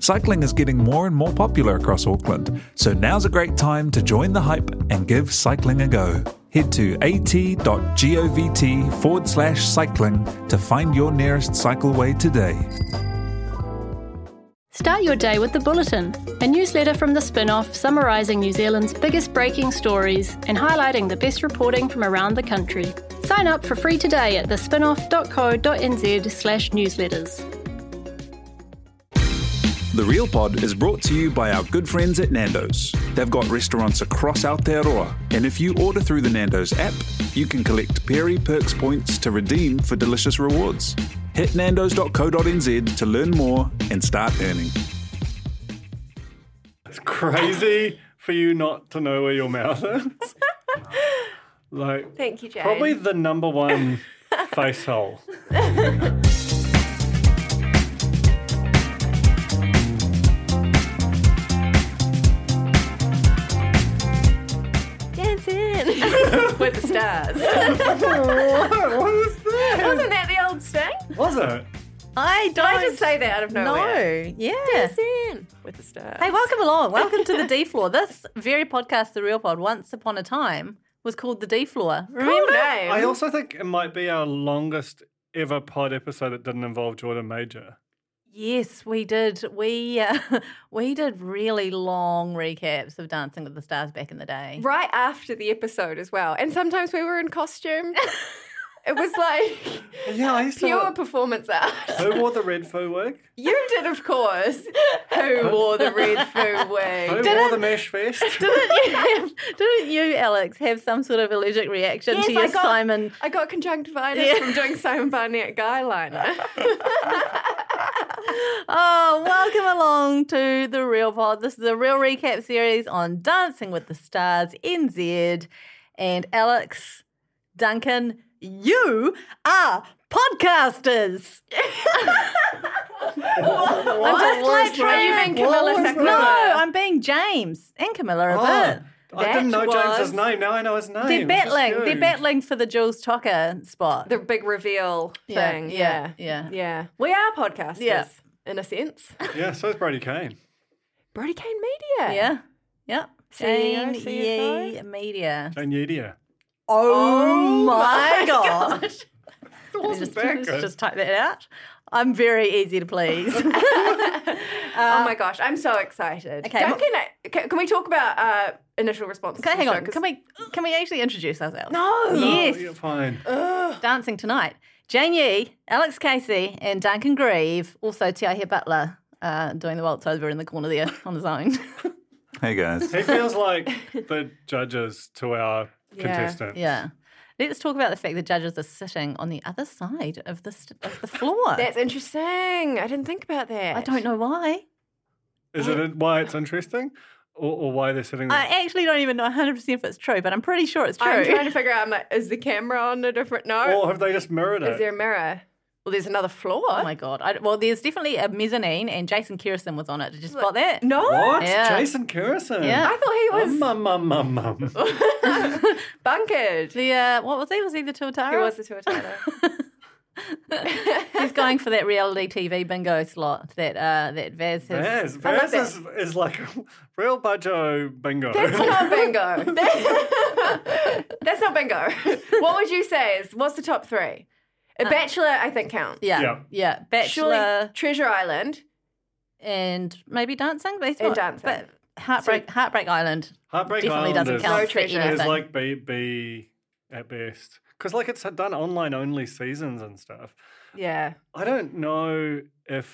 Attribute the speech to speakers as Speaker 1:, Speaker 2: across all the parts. Speaker 1: Cycling is getting more and more popular across Auckland, so now's a great time to join the hype and give cycling a go. Head to at.govt forward slash cycling to find your nearest cycleway today.
Speaker 2: Start your day with The Bulletin, a newsletter from the spin off summarising New Zealand's biggest breaking stories and highlighting the best reporting from around the country. Sign up for free today at thespinoff.co.nz/slash newsletters.
Speaker 1: The Real Pod is brought to you by our good friends at Nando's. They've got restaurants across Aotearoa, and if you order through the Nando's app, you can collect Perry Perks points to redeem for delicious rewards. Hit nandos.co.nz to learn more and start earning.
Speaker 3: It's crazy for you not to know where your mouth is. like,
Speaker 4: Thank you, Jane.
Speaker 3: probably the number one face hole.
Speaker 4: dancing with the stars.
Speaker 3: what what is that?
Speaker 4: Wasn't that the old sting?
Speaker 3: Was it?
Speaker 5: I
Speaker 4: Did
Speaker 5: don't
Speaker 4: I just say that out of nowhere?
Speaker 5: know. Yeah.
Speaker 4: Dancing with the stars.
Speaker 6: Hey, welcome along. Welcome to the D floor. This very podcast, The Real Pod, once upon a time was called the D floor.
Speaker 4: Cool
Speaker 6: Remember?
Speaker 4: name.
Speaker 3: I also think it might be our longest ever pod episode that didn't involve Jordan Major.
Speaker 6: Yes, we did. We uh, we did really long recaps of Dancing with the Stars back in the day.
Speaker 4: right after the episode as well. And sometimes we were in costume. it was like
Speaker 3: Yeah, I used
Speaker 4: pure
Speaker 3: to.
Speaker 4: performance art.
Speaker 3: Who wore the red faux wig?
Speaker 4: You did, of course. Who wore the red fur
Speaker 3: Who
Speaker 4: wig?
Speaker 3: wore the mesh vest?
Speaker 6: Didn't you, have, didn't you, Alex, have some sort of allergic reaction
Speaker 4: Yes,
Speaker 6: to your
Speaker 4: I got-
Speaker 6: Simon?
Speaker 4: I got conjunctivitis
Speaker 6: Yeah.
Speaker 4: from doing Simon Barnett guy liner.
Speaker 6: Oh, welcome along to the Real Pod. This is a real recap series on Dancing with the Stars NZ. And Alex, Duncan, you are podcasters.
Speaker 3: What
Speaker 6: I'm just like
Speaker 3: was
Speaker 6: trying
Speaker 3: that?
Speaker 4: to make
Speaker 3: What
Speaker 4: Camilla
Speaker 3: was
Speaker 4: Sackler.
Speaker 6: No,
Speaker 3: that?
Speaker 6: I'm being James and Camilla a
Speaker 3: Oh,
Speaker 6: bit.
Speaker 3: I didn't
Speaker 4: That
Speaker 3: know James's
Speaker 4: was-
Speaker 3: name. Now I know his name.
Speaker 6: They're
Speaker 3: This is
Speaker 6: battling. They're
Speaker 3: huge.
Speaker 6: battling for the Jules Tucker spot.
Speaker 4: the big reveal
Speaker 6: Yeah,
Speaker 4: thing.
Speaker 6: yeah,
Speaker 4: Yeah,
Speaker 6: yeah.
Speaker 4: We are podcasters
Speaker 6: Yeah.
Speaker 4: in a sense.
Speaker 3: Yeah, so is Brady Kane.
Speaker 4: Brody Kane Media.
Speaker 6: yeah. Yep.
Speaker 3: E
Speaker 4: CEO,
Speaker 6: Jane
Speaker 4: CFO.
Speaker 6: Yee Media.
Speaker 3: Jane Yedia.
Speaker 6: Oh, my
Speaker 4: my
Speaker 6: god.
Speaker 3: wasn't
Speaker 6: Just,
Speaker 3: that
Speaker 6: just-
Speaker 3: good.
Speaker 6: just type that out. I'm very easy to please.
Speaker 4: oh my gosh, I'm so excited.
Speaker 6: Um, okay,
Speaker 4: Duncan, I- can, can we talk about uh, initial response?
Speaker 6: Okay, hang on. Can we can we actually introduce ourselves?
Speaker 4: No.
Speaker 6: Yes.
Speaker 3: Oh, yeah, fine.
Speaker 6: Dancing tonight. Jane Yee, Alex Casey, and Duncan Grieve. Also Tiahe Butler uh, doing the waltz over in the corner there on his own.
Speaker 1: Hey guys.
Speaker 3: He feels like the judges to our
Speaker 4: Yeah.
Speaker 3: contestant.
Speaker 6: yeah. Let's talk about the fact the judges are sitting on the other side of the st- of the floor.
Speaker 4: That's interesting. I didn't think about that.
Speaker 6: I don't know why.
Speaker 3: Is it why it's interesting or, or why they're sitting there?
Speaker 6: I actually don't even know 100% if it's true, but I'm pretty sure it's true.
Speaker 4: I'm trying to figure out. I'm like, is the camera on a different note?
Speaker 3: or have they just mirrored
Speaker 4: is there
Speaker 3: it?
Speaker 4: a mirror? Well, there's another floor.
Speaker 6: Oh my god! I, well, there's definitely a mezzanine, and Jason Kirison was on it. Did you spot that?
Speaker 4: no.
Speaker 3: What?
Speaker 6: Yeah.
Speaker 3: Jason Kerrison.
Speaker 6: Yeah.
Speaker 4: I thought he was
Speaker 6: Um,
Speaker 3: Mum, mum, mum, mum, mum.
Speaker 4: bunkered. He
Speaker 6: The uh, what was he? Was he the Tuatara?
Speaker 4: was the Tuatara.
Speaker 6: He's going for that reality TV bingo slot that uh, that Vaz has.
Speaker 3: Yes, Vaz is, is like a real budget bingo.
Speaker 4: That's not bingo. That's not bingo. What would you say is what's the top three? A
Speaker 6: Uh,
Speaker 4: bachelor, I think counts.
Speaker 6: Yeah, yeah,
Speaker 3: Yeah.
Speaker 6: Bachelor
Speaker 4: Surely Treasure Island.
Speaker 6: and maybe dancing. Oh, But he's
Speaker 4: And
Speaker 6: not-
Speaker 4: dancing.
Speaker 6: But Heartbreak Heartbreak Island.
Speaker 3: Heartbreak
Speaker 6: Definitely
Speaker 3: Island
Speaker 6: doesn't
Speaker 3: is,
Speaker 6: count
Speaker 4: No for treasure.
Speaker 3: is
Speaker 6: anything.
Speaker 3: like B, B at best. because like it's done online only seasons and stuff.
Speaker 4: Yeah.
Speaker 3: I don't know if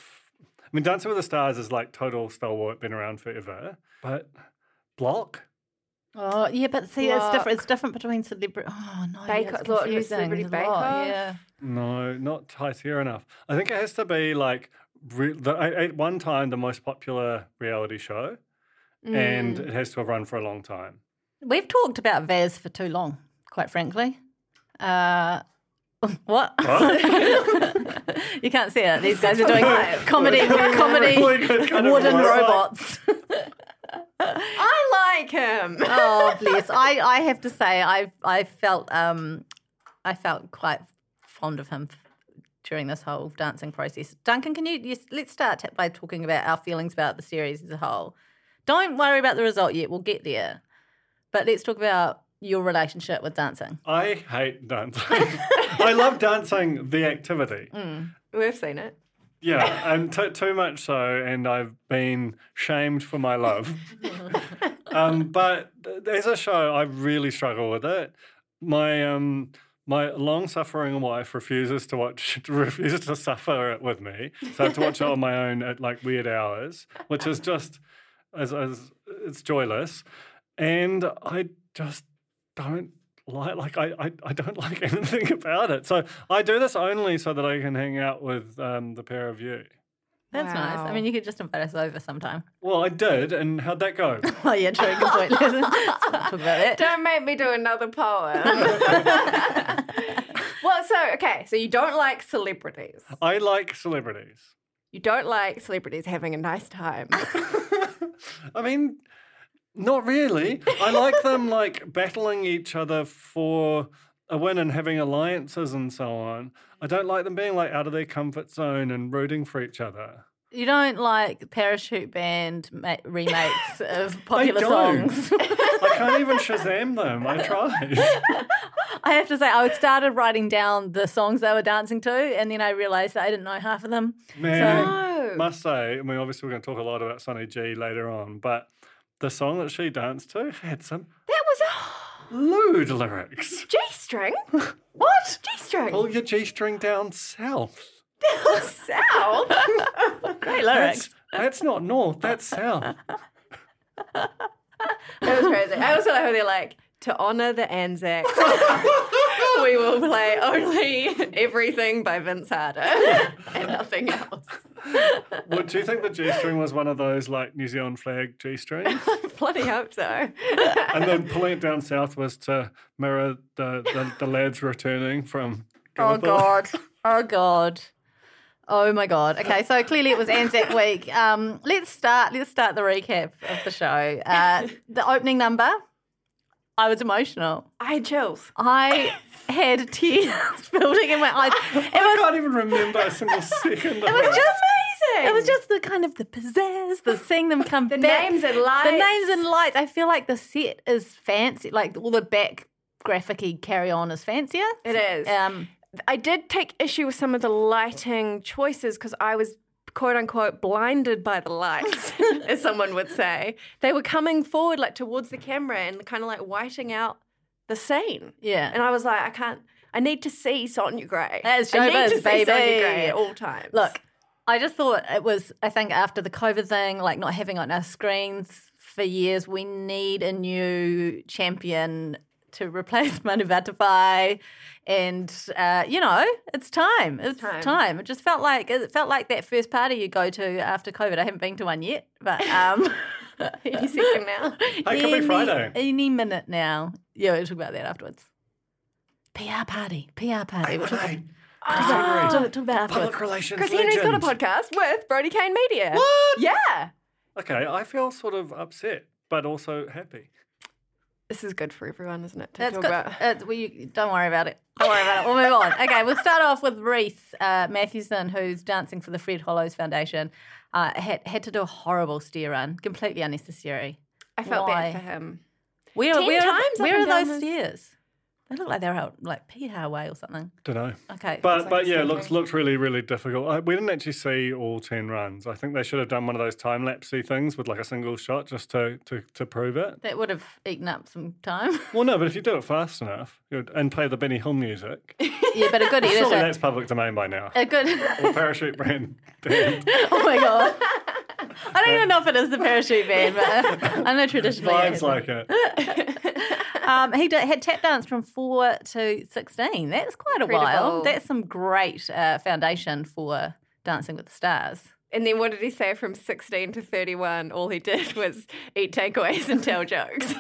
Speaker 3: I mean Dancing with the Stars is like total stalwart, been around forever, but Block.
Speaker 5: Oh yeah, but see, it's different. It's
Speaker 4: Block.
Speaker 5: different between celebrity. Oh no, yeah,
Speaker 4: Bake-
Speaker 5: it's
Speaker 4: look,
Speaker 5: confusing.
Speaker 4: Celebrity
Speaker 5: There's a
Speaker 4: Bake
Speaker 5: lot,
Speaker 4: Off.
Speaker 5: Yeah.
Speaker 3: No, not tighter enough. I think it has to be like re- the, at at one time the most popular reality show, and it has to have run for a long time.
Speaker 5: We've talked about Vaz for too long, quite frankly. Uh, what? you can't see it. These guys are doing comedy, comedy
Speaker 3: Really good kind of
Speaker 5: wooden
Speaker 3: robot.
Speaker 5: robots.
Speaker 4: I like him.
Speaker 5: oh bless! I, I have to say, I I felt um, I felt quite fond of him during this whole dancing process. Duncan, can you, you let's start by talking about our feelings about the series as a whole. Don't worry about the result yet; we'll get there. But let's talk about your relationship with dancing.
Speaker 3: I hate dancing. I love dancing, the activity.
Speaker 4: We've seen it.
Speaker 3: Yeah, and t- too much so, and I've been shamed for my love. um, but th- as a show, I really struggle with it. My um, my long suffering wife refuses to watch, refuses to suffer it with me, so I have to watch it on my own at like weird hours, which is just as as it's joyless, and I just don't like like I, I I don't like anything about it. So I do this only so that I can hang out with um, the pair of you.
Speaker 5: That's nice. I
Speaker 4: Wow.
Speaker 5: mean, you could just invite us over sometime.
Speaker 3: Well, I did, and how'd that go?
Speaker 5: Oh yeah, true. Good point. Let's not talk about that.
Speaker 4: Don't make me do another poem. well, so okay, so you don't like celebrities.
Speaker 3: I like celebrities.
Speaker 4: You don't like celebrities having a nice time.
Speaker 3: I mean, not really. I like them like battling each other for a win and having alliances and so on. I don't like them being like out of their comfort zone and rooting for each other.
Speaker 5: You don't like parachute band ma- remakes of popular
Speaker 3: don't.
Speaker 5: songs.
Speaker 3: I can't even Shazam them. I tried.
Speaker 5: I have to say, I started writing down the songs they were dancing to, and then I realised that I didn't know half of them.
Speaker 3: Man,
Speaker 4: No.
Speaker 3: must say, I mean, obviously, we're going to talk a lot about Sunny G later on, but the song that she danced to had some
Speaker 4: that was a
Speaker 3: lewd lyrics.
Speaker 4: G string. What? G string.
Speaker 3: Pull your G string down south.
Speaker 4: South.
Speaker 3: That's,
Speaker 5: Great lyrics.
Speaker 3: that's not north, that's south.
Speaker 4: That was crazy. I also like how they're like, to honour the Anzacs, we will play only Everything by Vince Harder and nothing else.
Speaker 3: What, do you think the G string was one of those like New Zealand flag G strings?
Speaker 4: Bloody hope so.
Speaker 3: and then pulling it down south was to mirror the, the, the lads returning from.
Speaker 5: Oh
Speaker 3: Gallipoli.
Speaker 5: god. Oh god. Oh my god. Okay, so clearly it was Anzac Week. Um, let's start. Let's start the recap of the show. Uh, the opening number. I was emotional.
Speaker 4: I had chills.
Speaker 5: I had tears building in my eyes. It
Speaker 3: I
Speaker 5: was
Speaker 3: can't even remember a single second. Of it
Speaker 5: was just
Speaker 4: Amazing.
Speaker 5: It was just the kind of the pizzazz, the seeing them come
Speaker 4: the
Speaker 5: back,
Speaker 4: names and
Speaker 5: the
Speaker 4: lights.
Speaker 5: names and lights. I feel like the set is fancy, like all the back graphic-y carry on is fancier.
Speaker 4: It is.
Speaker 5: Um,
Speaker 4: I did take issue with some of the lighting choices because I was quote unquote blinded by the lights, as someone would say. They were coming forward like towards the camera and kind of like whiting out the scene.
Speaker 5: Yeah.
Speaker 4: And I was like, I can't. I need to see Sonia Gray.
Speaker 5: That's
Speaker 4: I need
Speaker 5: showbiz,
Speaker 4: to see Sonia
Speaker 5: baby.
Speaker 4: Gray at all times.
Speaker 5: look, I just thought it was. I think after the COVID thing, like not having it on our screens for years, we need a new champion to replace Manu Vatapai. and uh, you know, it's time. It's time.
Speaker 4: time.
Speaker 5: It just felt like it felt like that first party you go to after COVID. I haven't been to one yet, but. Um,
Speaker 4: you see him now.
Speaker 3: Hey, it could be Friday.
Speaker 5: Any minute now. Yeah, we'll talk about that afterwards. PR party. PR party. We'll talk,
Speaker 3: Hey, Chris Henry,
Speaker 5: talk, talk about it afterwards.
Speaker 3: Public relations.
Speaker 4: Chris Henry's got a
Speaker 3: legend.
Speaker 4: podcast with Brody Kane Media. What? Yeah.
Speaker 3: Okay, I feel sort of upset, but also happy.
Speaker 4: This is good for everyone, isn't it? To
Speaker 5: That's
Speaker 4: talk
Speaker 5: good.
Speaker 4: about.
Speaker 5: It's- well, you- don't worry about it. Don't worry about it. We'll move on. Okay, we'll start off with Reese uh, Matthewson, who's dancing for the Fred Hollows Foundation. Uh, had, had to do a horrible steer run, completely unnecessary.
Speaker 4: I felt
Speaker 5: Why?
Speaker 4: bad for him.
Speaker 5: Where,
Speaker 4: Ten
Speaker 5: where,
Speaker 4: times up
Speaker 5: where
Speaker 4: and
Speaker 5: are
Speaker 4: down
Speaker 5: those
Speaker 4: those-
Speaker 5: steers? They look like they're out like Pihar way or something.
Speaker 3: Don't know.
Speaker 5: Okay,
Speaker 3: But
Speaker 5: so-
Speaker 3: but yeah, looks looks really really difficult. I, we didn't actually see all ten runs. I think they should have done one of those time lapsey things with like a single shot just to to to prove it.
Speaker 5: that would have eaten up some time.
Speaker 3: Well, no, but if you do it fast enough you'd, and play the Benny Hill music,
Speaker 5: yeah, but a good
Speaker 3: surely
Speaker 5: editor,
Speaker 3: that's public domain by now.
Speaker 5: a good.
Speaker 3: Or parachute brand. band.
Speaker 5: oh my god. I don't even know if it is the parachute band, but I know traditionally. it
Speaker 3: Vibes
Speaker 5: is.
Speaker 3: like it.
Speaker 5: Um, he did, had tap dance from four to sixteen. That's quite a while.
Speaker 4: Incredible.
Speaker 5: That's some great uh, foundation for Dancing with the Stars.
Speaker 4: And then what did he say from 16 to 31? All he did was eat takeaways and tell jokes.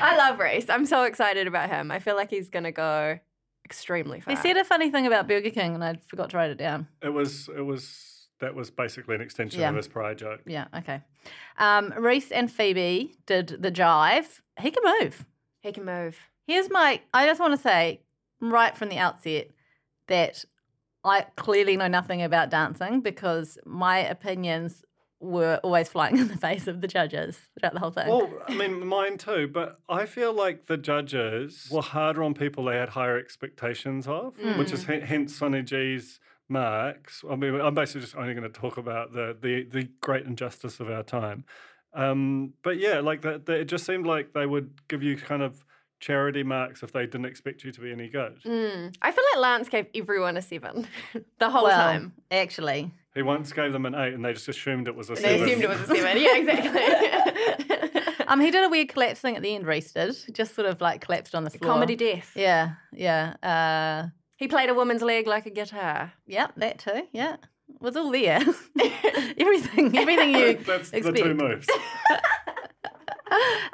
Speaker 4: I love Reese. I'm so excited about him. I feel like he's going to go extremely far.
Speaker 5: He said a funny thing about Burger King, and I forgot to write it down.
Speaker 3: It was it was that was basically an extension
Speaker 5: Yeah.
Speaker 3: of his prior joke.
Speaker 5: Yeah, okay. Um, Reese and Phoebe did the jive. He can move.
Speaker 4: he can move.
Speaker 5: Here's my. I just want to say right from the outset that I clearly know nothing about dancing because my opinions were always flying in the face of the judges throughout the whole thing.
Speaker 3: Well, I mean, mine too, but I feel like the judges were harder on people they had higher expectations of,
Speaker 5: Hmm.
Speaker 3: which is hen- hence Sonny G's marks. I mean, I'm basically just only going to talk about the, the, the great injustice of our time. Um, but yeah, like that, that, it just seemed like they would give you kind of charity marks if they didn't expect you to be any good.
Speaker 5: Hmm.
Speaker 4: Mm. I feel like Lance gave everyone a seven the whole
Speaker 5: Well,
Speaker 4: time.
Speaker 5: actually,
Speaker 3: He once gave them an eight and they just assumed it was a
Speaker 4: And
Speaker 3: seven.
Speaker 4: they assumed it was a seven. Yeah, exactly.
Speaker 5: um, he did a weird collapse thing at the end. Reese did He just sort of like collapsed on the floor.
Speaker 4: Comedy death.
Speaker 5: Yeah, yeah, uh,
Speaker 4: He played a woman's leg like a guitar.
Speaker 5: yeah. That too. Yeah, was all there. everything, everything you
Speaker 3: That's
Speaker 5: expect.
Speaker 3: the two moves.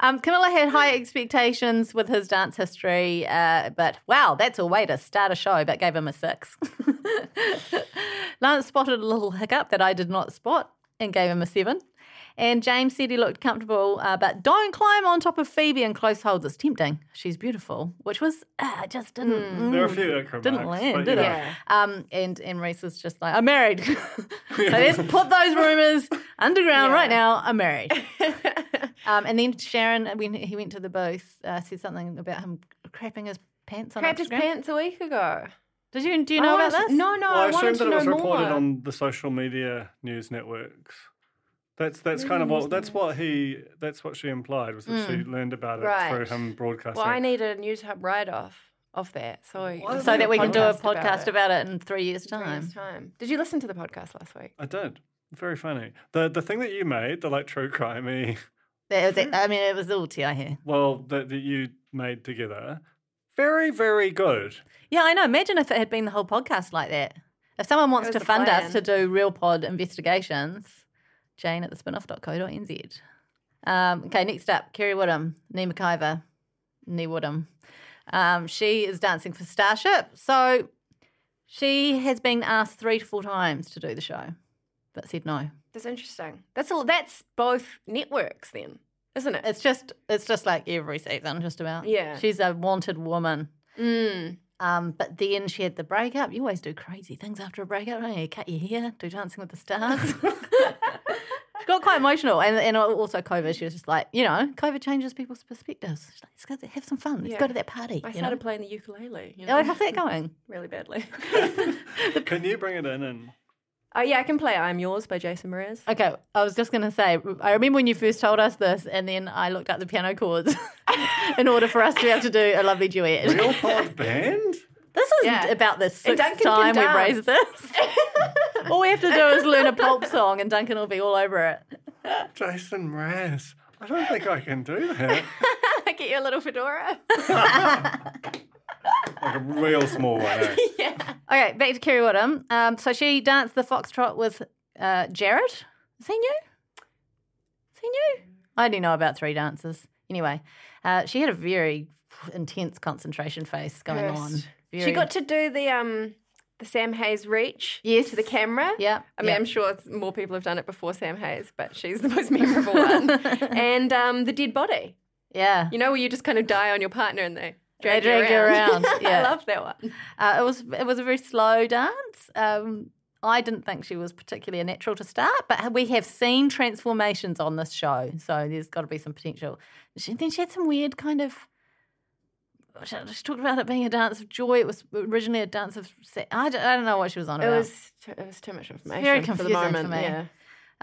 Speaker 5: Um, Camilla had high expectations with his dance history, uh, but wow, that's a way to start a show, but gave him a six. Lance spotted a little hiccup that I did not spot and gave him a seven. And James said he looked comfortable, uh, but don't climb on top of Phoebe in close hold. It's tempting. She's beautiful, which was, uh, just didn't. mm,
Speaker 3: There are a few acrobats.
Speaker 5: Didn't land,
Speaker 3: but,
Speaker 5: did
Speaker 3: you
Speaker 5: it?
Speaker 3: know.
Speaker 4: Yeah.
Speaker 5: Um, and and Reese was just like, I'm married. so let's put those rumors underground
Speaker 4: Yeah.
Speaker 5: right now. I'm married. um, and then Sharon, when he went to the booth, uh, said something about him crapping his pants on
Speaker 4: Crapped his
Speaker 5: Instagram.
Speaker 4: pants a week ago.
Speaker 5: Did you do you know
Speaker 4: I
Speaker 5: about
Speaker 4: wanted-
Speaker 5: this?
Speaker 4: No, no,
Speaker 3: Well, I,
Speaker 4: I, wanted
Speaker 3: assume
Speaker 4: to
Speaker 3: that it
Speaker 4: know
Speaker 3: was reported
Speaker 4: more.
Speaker 3: on the social media news networks. That's that's kind
Speaker 4: Mm,
Speaker 3: of what that's what he that's what she implied was that she learned about it through
Speaker 4: Right.
Speaker 3: him broadcasting.
Speaker 4: Well, I need a news hub write off of that, so
Speaker 3: don't
Speaker 5: So
Speaker 3: Yeah,
Speaker 5: that we can do a
Speaker 3: podcast
Speaker 5: podcast about it in three years'
Speaker 4: time.
Speaker 5: time.
Speaker 4: time. Did you listen to the podcast last week?
Speaker 3: I did. Very funny. The the thing that you made, the like true crimey,
Speaker 5: That was it. I mean, it was all TI here.
Speaker 3: well, that, that you made together, very very good.
Speaker 5: Yeah, I know. Imagine if it had been the whole podcast like that. If someone wants
Speaker 4: was
Speaker 5: to
Speaker 4: the
Speaker 5: fund
Speaker 4: plan.
Speaker 5: us to do real pod investigations, jane at the spinoff.co.nz. Um, okay, next up, Kerry Woodham, Nee McIver, Nee Woodham. Um, she is dancing for Starship. So she has been asked three to four times to do the show, but said no.
Speaker 4: That's interesting. That's all. That's both networks, then, isn't it?
Speaker 5: It's just it's just like every season, just about.
Speaker 4: Yeah.
Speaker 5: She's a wanted woman.
Speaker 4: Mm.
Speaker 5: Um, but then she had the breakup. You always do crazy things after a breakup, don't you? Cut your hair, do Dancing with the Stars. she got quite emotional. And, and also COVID, she was just like, you know, COVID changes people's perspectives. She's like, let's go have some fun. Let's go
Speaker 4: Yeah.
Speaker 5: to that party.
Speaker 4: I
Speaker 5: you know?
Speaker 4: started playing the ukulele. You
Speaker 5: Oh,
Speaker 4: know,
Speaker 5: how's that going?
Speaker 4: really badly.
Speaker 3: Can you bring it in and
Speaker 4: oh yeah, I can play "I'm Yours" by Jason Mraz.
Speaker 5: Okay, I was just going to say, I remember when you first told us this, and then I looked up the piano chords in order for us to be able to do a lovely duet.
Speaker 3: real pod band?
Speaker 5: This is
Speaker 4: Yeah.
Speaker 5: about the
Speaker 4: Duncan
Speaker 5: sixth
Speaker 4: can
Speaker 5: time we've
Speaker 4: dance.
Speaker 5: raised this. all we have to do is learn a pulp song, and Duncan will be all over it.
Speaker 3: Jason Mraz. I don't think I can do that.
Speaker 4: Get your little fedora.
Speaker 3: Like a real small one. eh?
Speaker 5: Okay, back to Kerry Woodham. Um, so she danced the foxtrot with uh, Jared. Is he new? Is he new? I only know about three dances. Anyway, uh, she had a very intense concentration face going on.
Speaker 4: Cursed.
Speaker 5: Very-
Speaker 4: She got to do the um the Sam Hayes reach
Speaker 5: Yes.
Speaker 4: to the camera.
Speaker 5: Yeah.
Speaker 4: I mean,
Speaker 5: yeah.
Speaker 4: I'm sure it's- more people have done it before Sam Hayes, but she's the most memorable one. And um, the dead body.
Speaker 5: yeah.
Speaker 4: You know, where you just kind of die on your partner and they
Speaker 5: They
Speaker 4: drag, you
Speaker 5: drag you
Speaker 4: around.
Speaker 5: around, yeah.
Speaker 4: I love that one.
Speaker 5: Uh, it was it was a very slow dance. Um, I didn't think she was particularly a natural to start, but we have seen transformations on this show, so there's got to be some potential. She, then she had some weird kind of She talked about it being a dance of joy. It was originally a dance of. se- I don't, I don't know what she was on
Speaker 4: It
Speaker 5: about.
Speaker 4: was too, it was too much information for the
Speaker 5: confusing for
Speaker 4: moment.
Speaker 5: me.
Speaker 4: Yeah.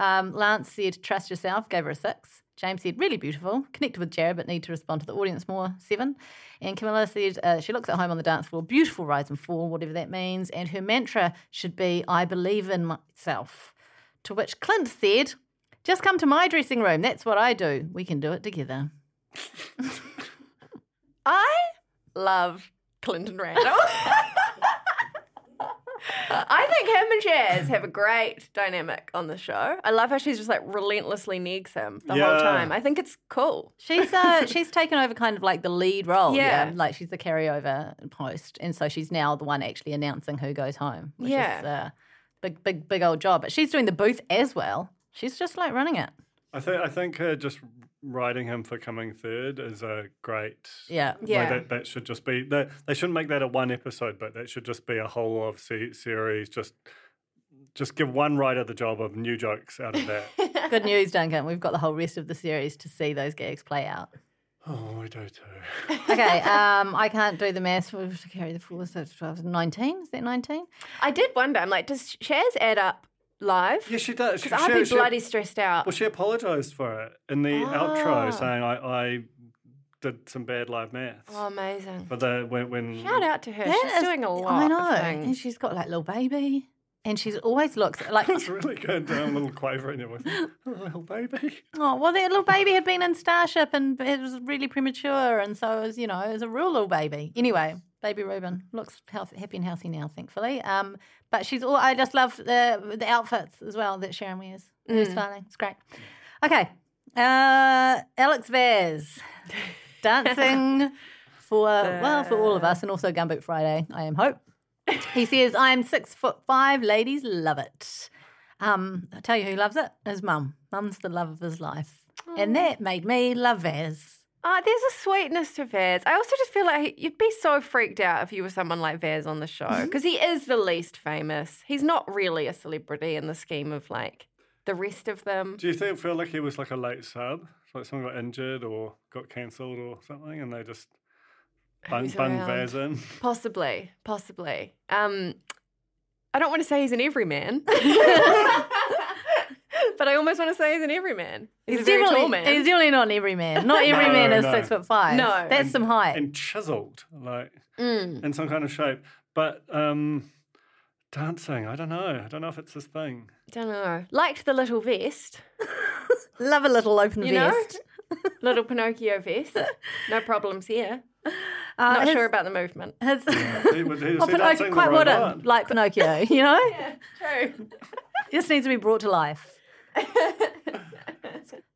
Speaker 5: Um, Lance said, trust yourself, gave her a six. James said, really beautiful, connected with Jared, but need to respond to the audience more, seven. And Camilla said, uh, she looks at home on the dance floor, beautiful rise and fall, whatever that means. And her mantra should be, I believe in myself. To which Clint said, just come to my dressing room. That's what I do. We can do it together.
Speaker 4: I love Clinton Randall. I think him and Jazz have a great dynamic on the show. I love how she's just like relentlessly negs him the
Speaker 3: Yeah.
Speaker 4: whole time. I think it's cool.
Speaker 5: She's uh, she's taken over kind of like the lead role. Yeah.
Speaker 4: Yeah.
Speaker 5: Like she's the carryover host. And so she's now the one actually announcing who goes home. Which
Speaker 4: Yeah.
Speaker 5: is uh, big, big, big old job. But she's doing the booth as well. She's just like running it.
Speaker 3: I think I think uh, just riding him for coming third is a great.
Speaker 5: Yeah.
Speaker 3: like,
Speaker 4: Yeah.
Speaker 3: that, that should just be. They, they shouldn't make that a one episode, but that should just be a whole of se- series. Just just give one writer the job of new jokes out of that.
Speaker 5: Good news, Duncan. We've got the whole rest of the series to see those gags play out.
Speaker 3: oh, I do too.
Speaker 5: Okay. Um, I can't do the maths. We'll have to carry the four, so 12, 19. Is that 19?
Speaker 4: I did wonder, I'm like, does Chaz add up live?
Speaker 3: Yeah, she does. She,
Speaker 4: Because I'd be
Speaker 3: she- she-
Speaker 4: bloody stressed out.
Speaker 3: Well, she apologized for it in the
Speaker 4: Ah.
Speaker 3: outro, saying I, I did some bad live maths.
Speaker 4: oh, amazing.
Speaker 3: but the when, when
Speaker 4: Shout out to her.
Speaker 5: That
Speaker 4: she's
Speaker 5: is-
Speaker 4: doing a lot
Speaker 5: I know.
Speaker 4: of
Speaker 5: And
Speaker 4: things.
Speaker 5: she's got like little baby. And she's always looks like
Speaker 3: it's really good. down a little quavering there with oh, little baby.
Speaker 5: Oh well, that little baby had been in Starship and it was really premature, and so it was, you know, it was a real little baby. Anyway, baby Reuben looks health, happy and healthy now, thankfully. Um, but she's all I just love the the outfits as well that Sharon wears. It's styling, it's great. Okay, uh, Alex Vaz dancing for well for all of us, and also Gumboot Friday. I am hope. He says, "I am six foot five. Ladies love it." Um, I tell you who loves it? His mum. Mum's the love of his life. And that made me love Vaz.
Speaker 4: Ah, there's a sweetness to Vaz. I also just feel like you'd be so freaked out if you were someone like Vaz on the show because he is the least famous. He's not really a celebrity in the scheme of like the rest of them.
Speaker 3: Do you think feel like he was like a late sub? Like someone got injured or got cancelled or something, and they just bung,
Speaker 4: he's
Speaker 3: bung
Speaker 4: around.
Speaker 3: Vaz in.
Speaker 4: Possibly, possibly. Um, I don't want to say he's an everyman, but I almost want to say he's an everyman. He's, a very
Speaker 5: definitely,
Speaker 4: tall man.
Speaker 5: he's definitely not an everyman. Not every
Speaker 3: No,
Speaker 5: man is
Speaker 3: no.
Speaker 5: six foot five.
Speaker 4: No.
Speaker 5: That's some height.
Speaker 3: and chiseled, like
Speaker 4: Eh. Mm.
Speaker 3: in some kind of shape. But um, dancing, I don't know. I don't know if it's his thing.
Speaker 4: Don't know. Liked the little vest,
Speaker 5: love a little open
Speaker 4: you
Speaker 5: vest.
Speaker 4: know, little Pinocchio vest. No problems here.
Speaker 5: Uh,
Speaker 4: Not
Speaker 5: his-
Speaker 4: sure about the movement.
Speaker 5: His,
Speaker 3: He, was- he, was
Speaker 5: Oh,
Speaker 3: he
Speaker 5: Pinocchio-
Speaker 3: dancing the
Speaker 5: quite
Speaker 3: robot?
Speaker 5: wooden, like Pinocchio, you know?
Speaker 4: True.
Speaker 5: just needs to be brought to life.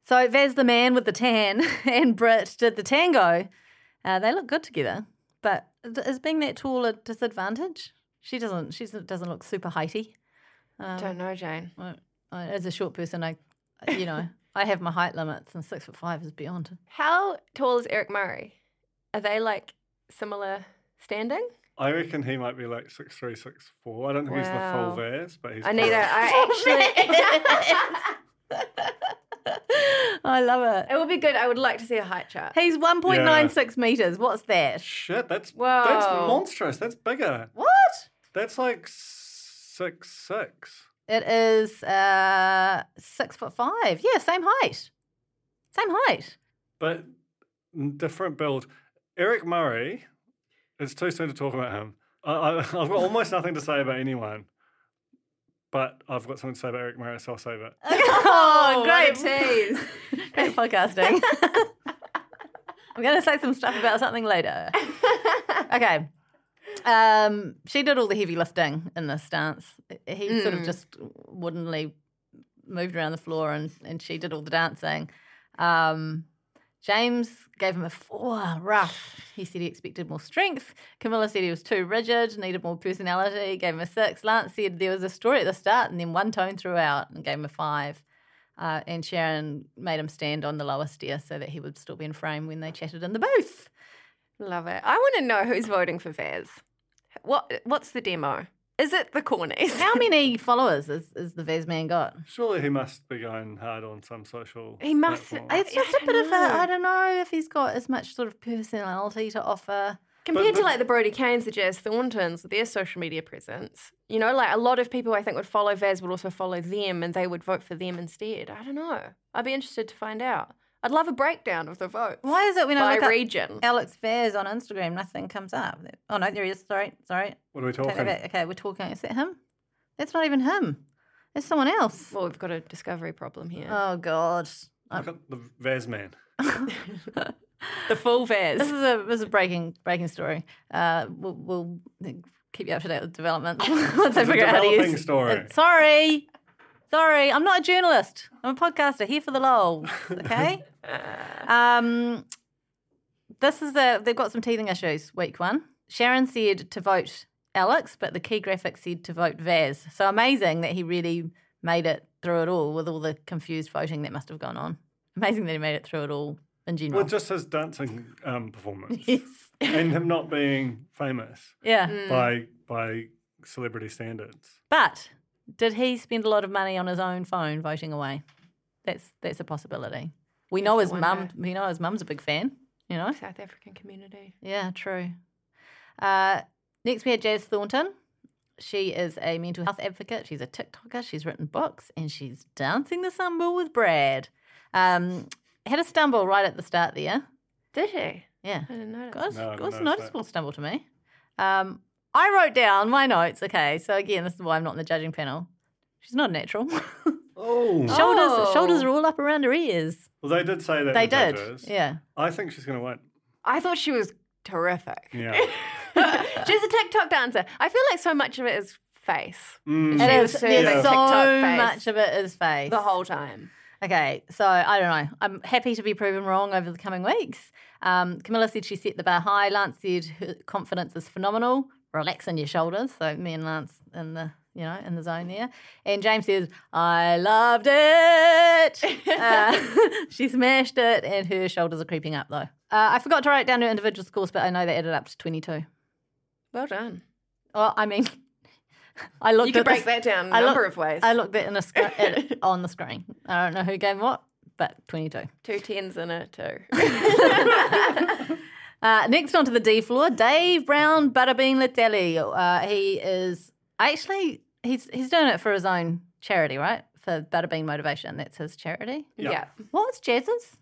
Speaker 5: so Vaz the man with the tan and Brit did the tango. Uh, they look good together, but is being that tall a disadvantage? She doesn't. She doesn't look super heighty.
Speaker 4: Don't know, Jane.
Speaker 5: I- I- As a short person, I, you know, I have my height limits, and six foot five is beyond.
Speaker 4: How tall is Eric Murray? Are they like similar standing?
Speaker 3: I reckon he might be like six three, six four. I don't think
Speaker 4: Wow.
Speaker 3: he's the full Vaz, but he's.
Speaker 4: I need a.
Speaker 3: close.
Speaker 4: I actually.
Speaker 5: I love it.
Speaker 4: it would be good. I would like to see a height chart.
Speaker 5: He's one point nine six meters. What's that?
Speaker 3: Shit, that's that's
Speaker 4: Whoa.
Speaker 3: monstrous. That's bigger.
Speaker 5: What?
Speaker 3: That's like six six.
Speaker 5: It is uh, six foot five. Yeah, same height. Same height.
Speaker 3: but n- different build. Eric Murray, it's too soon to talk about him. I, I, I've got almost nothing to say about anyone, but I've got something to say about Eric Murray, so I'll save it.
Speaker 5: Oh,
Speaker 4: what a
Speaker 5: great tease. great podcasting. I'm going to say some stuff about something later. Okay. Um, she did all the heavy lifting in this dance. He sort
Speaker 4: Hmm.
Speaker 5: of just woodenly moved around the floor and, and she did all the dancing. Um, James gave him a four, rough. He said he expected more strength. Camilla said he was too rigid, needed more personality, gave him a six. Lance said there was a story at the start and then one tone throughout and gave him a five. Uh, and Sharon made him stand on the lower stair so that he would still be in frame when they chatted in the booth.
Speaker 4: Love it. I want to know who's voting for Vaz. What? What's the demo? Is it the Cornies?
Speaker 5: How many followers is, is the Vaz man got?
Speaker 3: Surely he must be going hard on some social.
Speaker 4: He must-
Speaker 3: platform.
Speaker 4: I-
Speaker 5: It's just
Speaker 4: I
Speaker 5: a bit
Speaker 4: don't
Speaker 5: of a, I
Speaker 4: know.
Speaker 5: don't know if he's got as much sort of personality to offer.
Speaker 4: Compared
Speaker 3: but-
Speaker 4: to like the Brody Canes, the Jazz Thorntons, their social media presence, you know, like a lot of people I think would follow Vaz would also follow them and they would vote for them instead. I don't know. I'd be interested to find out. I'd love a breakdown of the votes.
Speaker 5: Why is it when I
Speaker 4: by
Speaker 5: look up
Speaker 4: region?
Speaker 5: Alex Vaz on Instagram, nothing comes up? Oh no, there he is. Sorry, sorry.
Speaker 3: What are we
Speaker 5: Take that
Speaker 3: talking?
Speaker 5: back. Okay, we're talking. Is that him? That's not even him. That's someone else.
Speaker 4: Well, we've got a discovery problem here.
Speaker 5: Oh god.
Speaker 3: Look at the Vaz man.
Speaker 4: the full
Speaker 5: This
Speaker 4: Vaz.
Speaker 5: is a this is a breaking breaking story. Uh, we'll, we'll keep you up to date with developments once I
Speaker 3: It's a
Speaker 5: figure out how to
Speaker 3: developing
Speaker 5: use.
Speaker 3: story.
Speaker 5: Uh, sorry, sorry, I'm not a journalist. I'm a podcaster here for the lols. Okay. um, this is a they've got some teething issues. Week one, Sharon said to vote Alex, but the key graphic said to vote Vaz. So amazing that he really made it through it all with all the confused voting that must have gone on. Amazing that he made it through it all in general.
Speaker 3: Well, just his dancing um, performance
Speaker 5: yes.
Speaker 3: and him not being famous
Speaker 5: Yeah.
Speaker 3: by by celebrity standards.
Speaker 5: But did he spend a lot of money on his own phone voting away? That's that's a possibility. We know his
Speaker 4: I
Speaker 5: mum.
Speaker 4: wonder.
Speaker 5: We know his mum's a big fan. You know.
Speaker 4: South African community.
Speaker 5: Yeah, true. Uh, next, we had Jazz Thornton. She is a mental health advocate. She's a TikToker. She's written books, and she's dancing the samba with Brad. Um, had a stumble right at the start there.
Speaker 4: Did he?
Speaker 5: Yeah,
Speaker 4: I didn't know. that.
Speaker 5: God, it's-
Speaker 3: No, I
Speaker 5: God,
Speaker 3: didn't
Speaker 5: it's
Speaker 3: notice that.
Speaker 5: a Oh, noticeable stumble to me. Um, I wrote down my notes. Okay, so again, this is why I'm not in the judging panel. She's not a natural.
Speaker 3: Oh,
Speaker 5: shoulders,
Speaker 4: Oh.
Speaker 5: shoulders are all up around her ears.
Speaker 3: well, they did say that.
Speaker 5: They
Speaker 3: the
Speaker 5: did.
Speaker 3: judges.
Speaker 5: Yeah.
Speaker 3: I think she's going to win.
Speaker 4: I thought she was terrific.
Speaker 3: Yeah,
Speaker 4: She's a TikTok dancer. I feel like so much of it is face
Speaker 3: Mm.
Speaker 4: She
Speaker 5: It
Speaker 4: was
Speaker 5: is. There's
Speaker 4: serving
Speaker 5: so
Speaker 4: TikTok face.
Speaker 5: much of it is face.
Speaker 4: the whole time.
Speaker 5: Okay, so I don't know. I'm happy to be proven wrong over the coming weeks. Um, Camilla said she set the bar high. Lance said her confidence is phenomenal. Relaxing your shoulders. So me and Lance in the you know in the zone there. And James says I loved it. Uh, she smashed it, and her shoulders are creeping up though. Uh, I forgot to write down her individual scores, but I know they added up to 22.
Speaker 4: Well done.
Speaker 5: Well, I mean, I looked.
Speaker 4: You could
Speaker 5: at
Speaker 4: break
Speaker 5: this-
Speaker 4: that down a
Speaker 5: I
Speaker 4: number
Speaker 5: looked-
Speaker 4: of ways.
Speaker 5: I looked at, in a sc- at on the screen. I don't know who gave what, but 22.
Speaker 4: Two tens in it too.
Speaker 5: Uh, next on to the D floor, Dave Brown Butterbean Latelli. Uh, he is uh, actually he's he's doing it for his own charity, right? For Butterbean Motivation, that's his charity.
Speaker 4: yeah.
Speaker 5: What's Jazz's?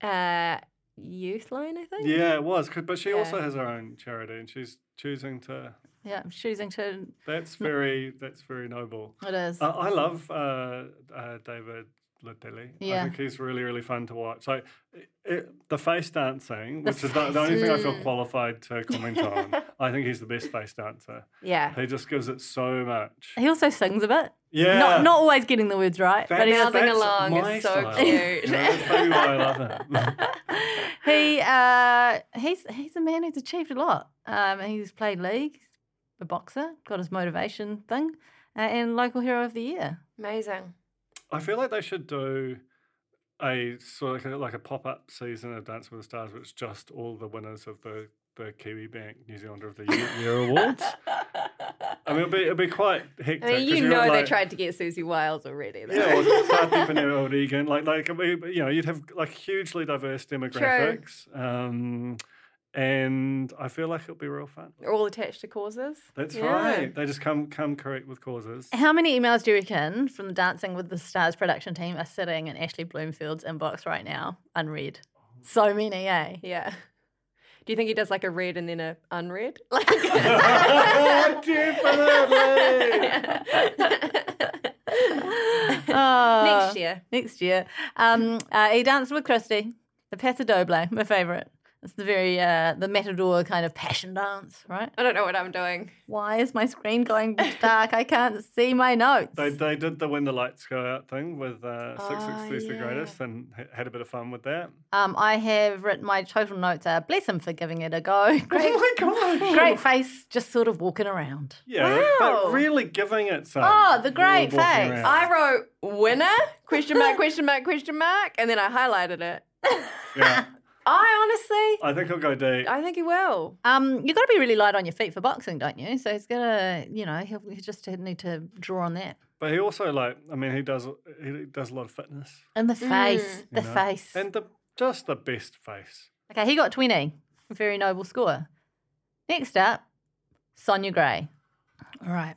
Speaker 4: Uh, youth line, I think.
Speaker 3: yeah, it was. 'cause- But she also
Speaker 4: Yeah.
Speaker 3: has her own charity, and she's choosing to.
Speaker 5: Yeah, I'm choosing to.
Speaker 3: That's very. That's very noble.
Speaker 5: It is.
Speaker 3: Uh, I love uh, uh, David Latelli.
Speaker 5: Yeah.
Speaker 3: I think he's really, really fun to watch. Like it, it- the face dancing, which is the, the only thing I feel qualified to comment on. I think he's the best face dancer.
Speaker 4: Yeah.
Speaker 3: He just gives it so much.
Speaker 5: he also sings a bit.
Speaker 3: Yeah.
Speaker 5: Not not always getting the words right, but he's
Speaker 3: That's- that's
Speaker 4: Bouncing along is
Speaker 3: my
Speaker 4: so
Speaker 3: style.
Speaker 4: cute.
Speaker 3: You know, that's maybe why I love him.
Speaker 5: he uh, he's he's a man who's achieved a lot. Um, he's played league, he's a boxer, got his motivation thing, uh, and local hero of the year.
Speaker 4: Amazing.
Speaker 3: I feel like they should do a sort of like a pop up season of Dance with the Stars, which is just all the winners of the the Kiwi Bank New Zealander of the Year, Year awards. I mean, it'd be it'd be quite hectic.
Speaker 4: I mean,
Speaker 3: 'cause
Speaker 4: you
Speaker 3: you're
Speaker 4: know they
Speaker 3: like-
Speaker 4: tried to get Susie Wiles already. though.
Speaker 3: Yeah, or Sati Panera Regan. Like, like I mean, you know, you'd have like hugely diverse demographics. Um, and I feel like it'll be real fun.
Speaker 4: They're All attached to causes.
Speaker 3: That's
Speaker 4: Oh, Yeah.
Speaker 3: right. They just come come correct with causes.
Speaker 5: How many emails do you reckon from the Dancing with the Stars production team are sitting in Ashley Bloomfield's inbox right now, unread? So many, eh?
Speaker 4: Yeah. Do you think he does like a red and then a unread? Like,
Speaker 3: Definitely. Uh,
Speaker 4: next year.
Speaker 5: Next year. Um, uh, he danced with Christy, the Paso Doble, my favourite. It's the very, uh, the matador kind of passion dance, right?
Speaker 4: I don't know what I'm doing.
Speaker 5: Why is my screen going dark? I can't see my notes.
Speaker 3: they, they did the when the lights go out thing with uh, Six Six
Speaker 5: Ah,
Speaker 4: Oh,
Speaker 3: Three's the
Speaker 4: yeah.
Speaker 3: greatest, and ha- had a bit of fun with that.
Speaker 5: Um, I have written my total notes are bless him for giving it a go. Great,
Speaker 3: Oh my gosh!
Speaker 5: great face, just sort of walking around.
Speaker 3: Yeah,
Speaker 4: Wow.
Speaker 3: but really giving it some.
Speaker 5: Oh, the great
Speaker 3: Walking around.
Speaker 5: face.
Speaker 4: I wrote winner question mark question mark question mark and then I highlighted it.
Speaker 3: Yeah,
Speaker 4: I honestly,
Speaker 3: I think I'll go deep.
Speaker 4: I think he will.
Speaker 5: Um, you've got to be really light on your feet for boxing, don't you? So he's gonna, you know, he'll, he just need to draw on that.
Speaker 3: But he also like, I mean, he does he does a lot of fitness.
Speaker 5: And the face, the
Speaker 3: Mm. you know,
Speaker 5: face.
Speaker 3: and the just the best face.
Speaker 5: okay, he got twenty, very noble score.
Speaker 6: Next up, Sonia Gray. All right,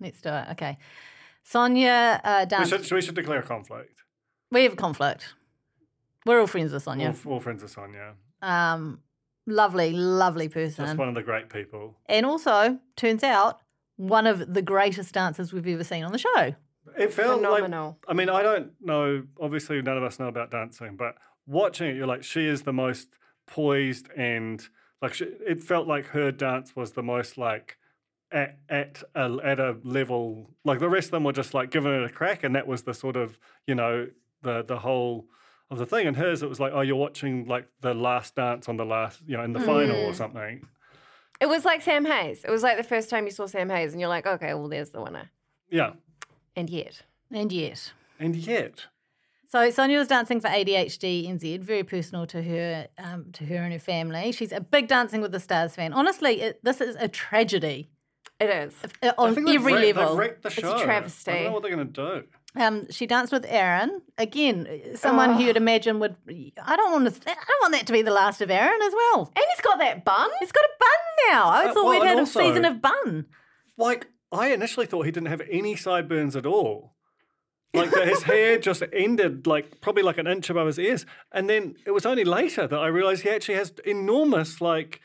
Speaker 6: let's do it. Okay. Sonia uh,
Speaker 3: We
Speaker 6: danced. We,
Speaker 3: should, we should declare conflict.
Speaker 6: have a conflict. We're all friends with
Speaker 3: All,
Speaker 6: Sonia.
Speaker 3: all friends of Sonia.
Speaker 6: Um, lovely, lovely
Speaker 3: That's
Speaker 6: person.
Speaker 3: one of the great people.
Speaker 6: And also, turns out, one of the greatest dancers we've ever seen on the show.
Speaker 3: It felt
Speaker 4: Phenomenal.
Speaker 3: like. I mean, I don't know. Obviously, none of us know about dancing, but watching it, you're like, she is the most poised and like. She, it felt like her dance was the most like at at a, at a level. Like the rest of them were just like giving it a crack, and that was the sort of you know the the whole of the thing. And hers, it was like, oh, you're watching like the last dance on the last, you know, in the
Speaker 6: Hmm.
Speaker 3: final or something.
Speaker 4: It was like Sam Hayes. It was like the first time you saw Sam Hayes, and you're like, okay, well, there's the winner.
Speaker 3: Yeah,
Speaker 4: And yet,
Speaker 6: And yet.
Speaker 3: and yet.
Speaker 6: So Sonia was dancing for ADHD NZ, very personal to her, um, to her and her family. She's a big Dancing with the Stars fan. Honestly, it, this is a tragedy
Speaker 4: it is.
Speaker 6: uh,
Speaker 3: I
Speaker 6: on
Speaker 3: think they've
Speaker 6: every
Speaker 3: wrecked- they've
Speaker 6: level.
Speaker 3: wrecked the show. I
Speaker 4: travesty.
Speaker 3: don't know what they're going to do.
Speaker 6: Um, she danced with Aaron again, someone who
Speaker 4: Oh.
Speaker 6: you'd imagine would. I don't want to. I don't want that to be the last of Aaron as well.
Speaker 4: And he's got that bun.
Speaker 6: He's got a bun now. I
Speaker 3: Uh,
Speaker 6: thought
Speaker 3: well,
Speaker 6: we'd
Speaker 3: and
Speaker 6: had
Speaker 3: also-
Speaker 6: a season of bun.
Speaker 3: like I initially thought he didn't have any sideburns at all. Like that his hair just ended like probably like an inch above his ears. And then it was only later that I realized he actually has enormous like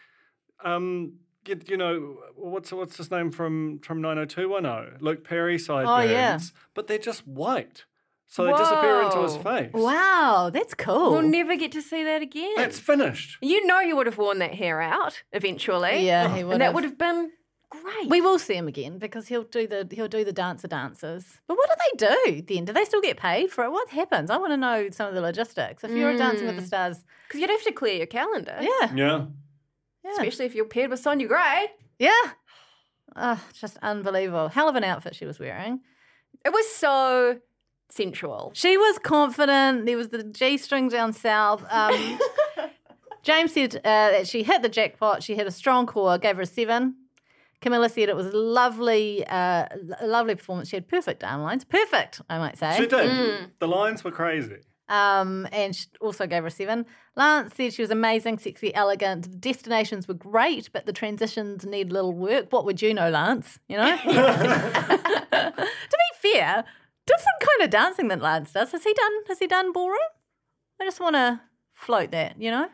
Speaker 3: um you, you know what's what's his name from from 90210 Luke Perry sideburns
Speaker 6: Oh, yeah.
Speaker 3: but they're just white. So they disappear into his
Speaker 4: Whoa.
Speaker 3: face.
Speaker 6: Wow, that's cool.
Speaker 4: We'll never get to see that again.
Speaker 3: That's finished.
Speaker 4: you know, you would have worn that hair out eventually.
Speaker 6: yeah, he
Speaker 4: And
Speaker 6: would.
Speaker 4: that would have been great.
Speaker 6: We will see him again because he'll do the he'll do the dancer dances. But what do they do then? Do they still get paid for it? What happens? I want to know some of the logistics. If you're a Dancing
Speaker 4: Hmm.
Speaker 6: with the Stars,
Speaker 4: Because you'd have to clear your calendar.
Speaker 6: yeah,
Speaker 3: Yeah.
Speaker 6: yeah,
Speaker 4: Especially if you're paired with Sonia Gray.
Speaker 6: yeah. Oh, just unbelievable. Hell of an outfit she was wearing.
Speaker 4: It was so sensual.
Speaker 6: She was confident. There was the G string down south. Um, James said uh, that she hit the jackpot. She had a strong core, gave her a seven. Camilla said it was a lovely, uh, a lovely performance. She had perfect arm lines, perfect, I might say.
Speaker 3: She did.
Speaker 6: Mm.
Speaker 3: The lines were crazy.
Speaker 6: Um, and she also gave her a seven. Lance said she was amazing, sexy, elegant. The destinations were great, but the transitions need little work. What would you know, Lance? You know? to be fair, different kind of dancing that Lance does. Has he done has he done ballroom? I just wanna float that, you know?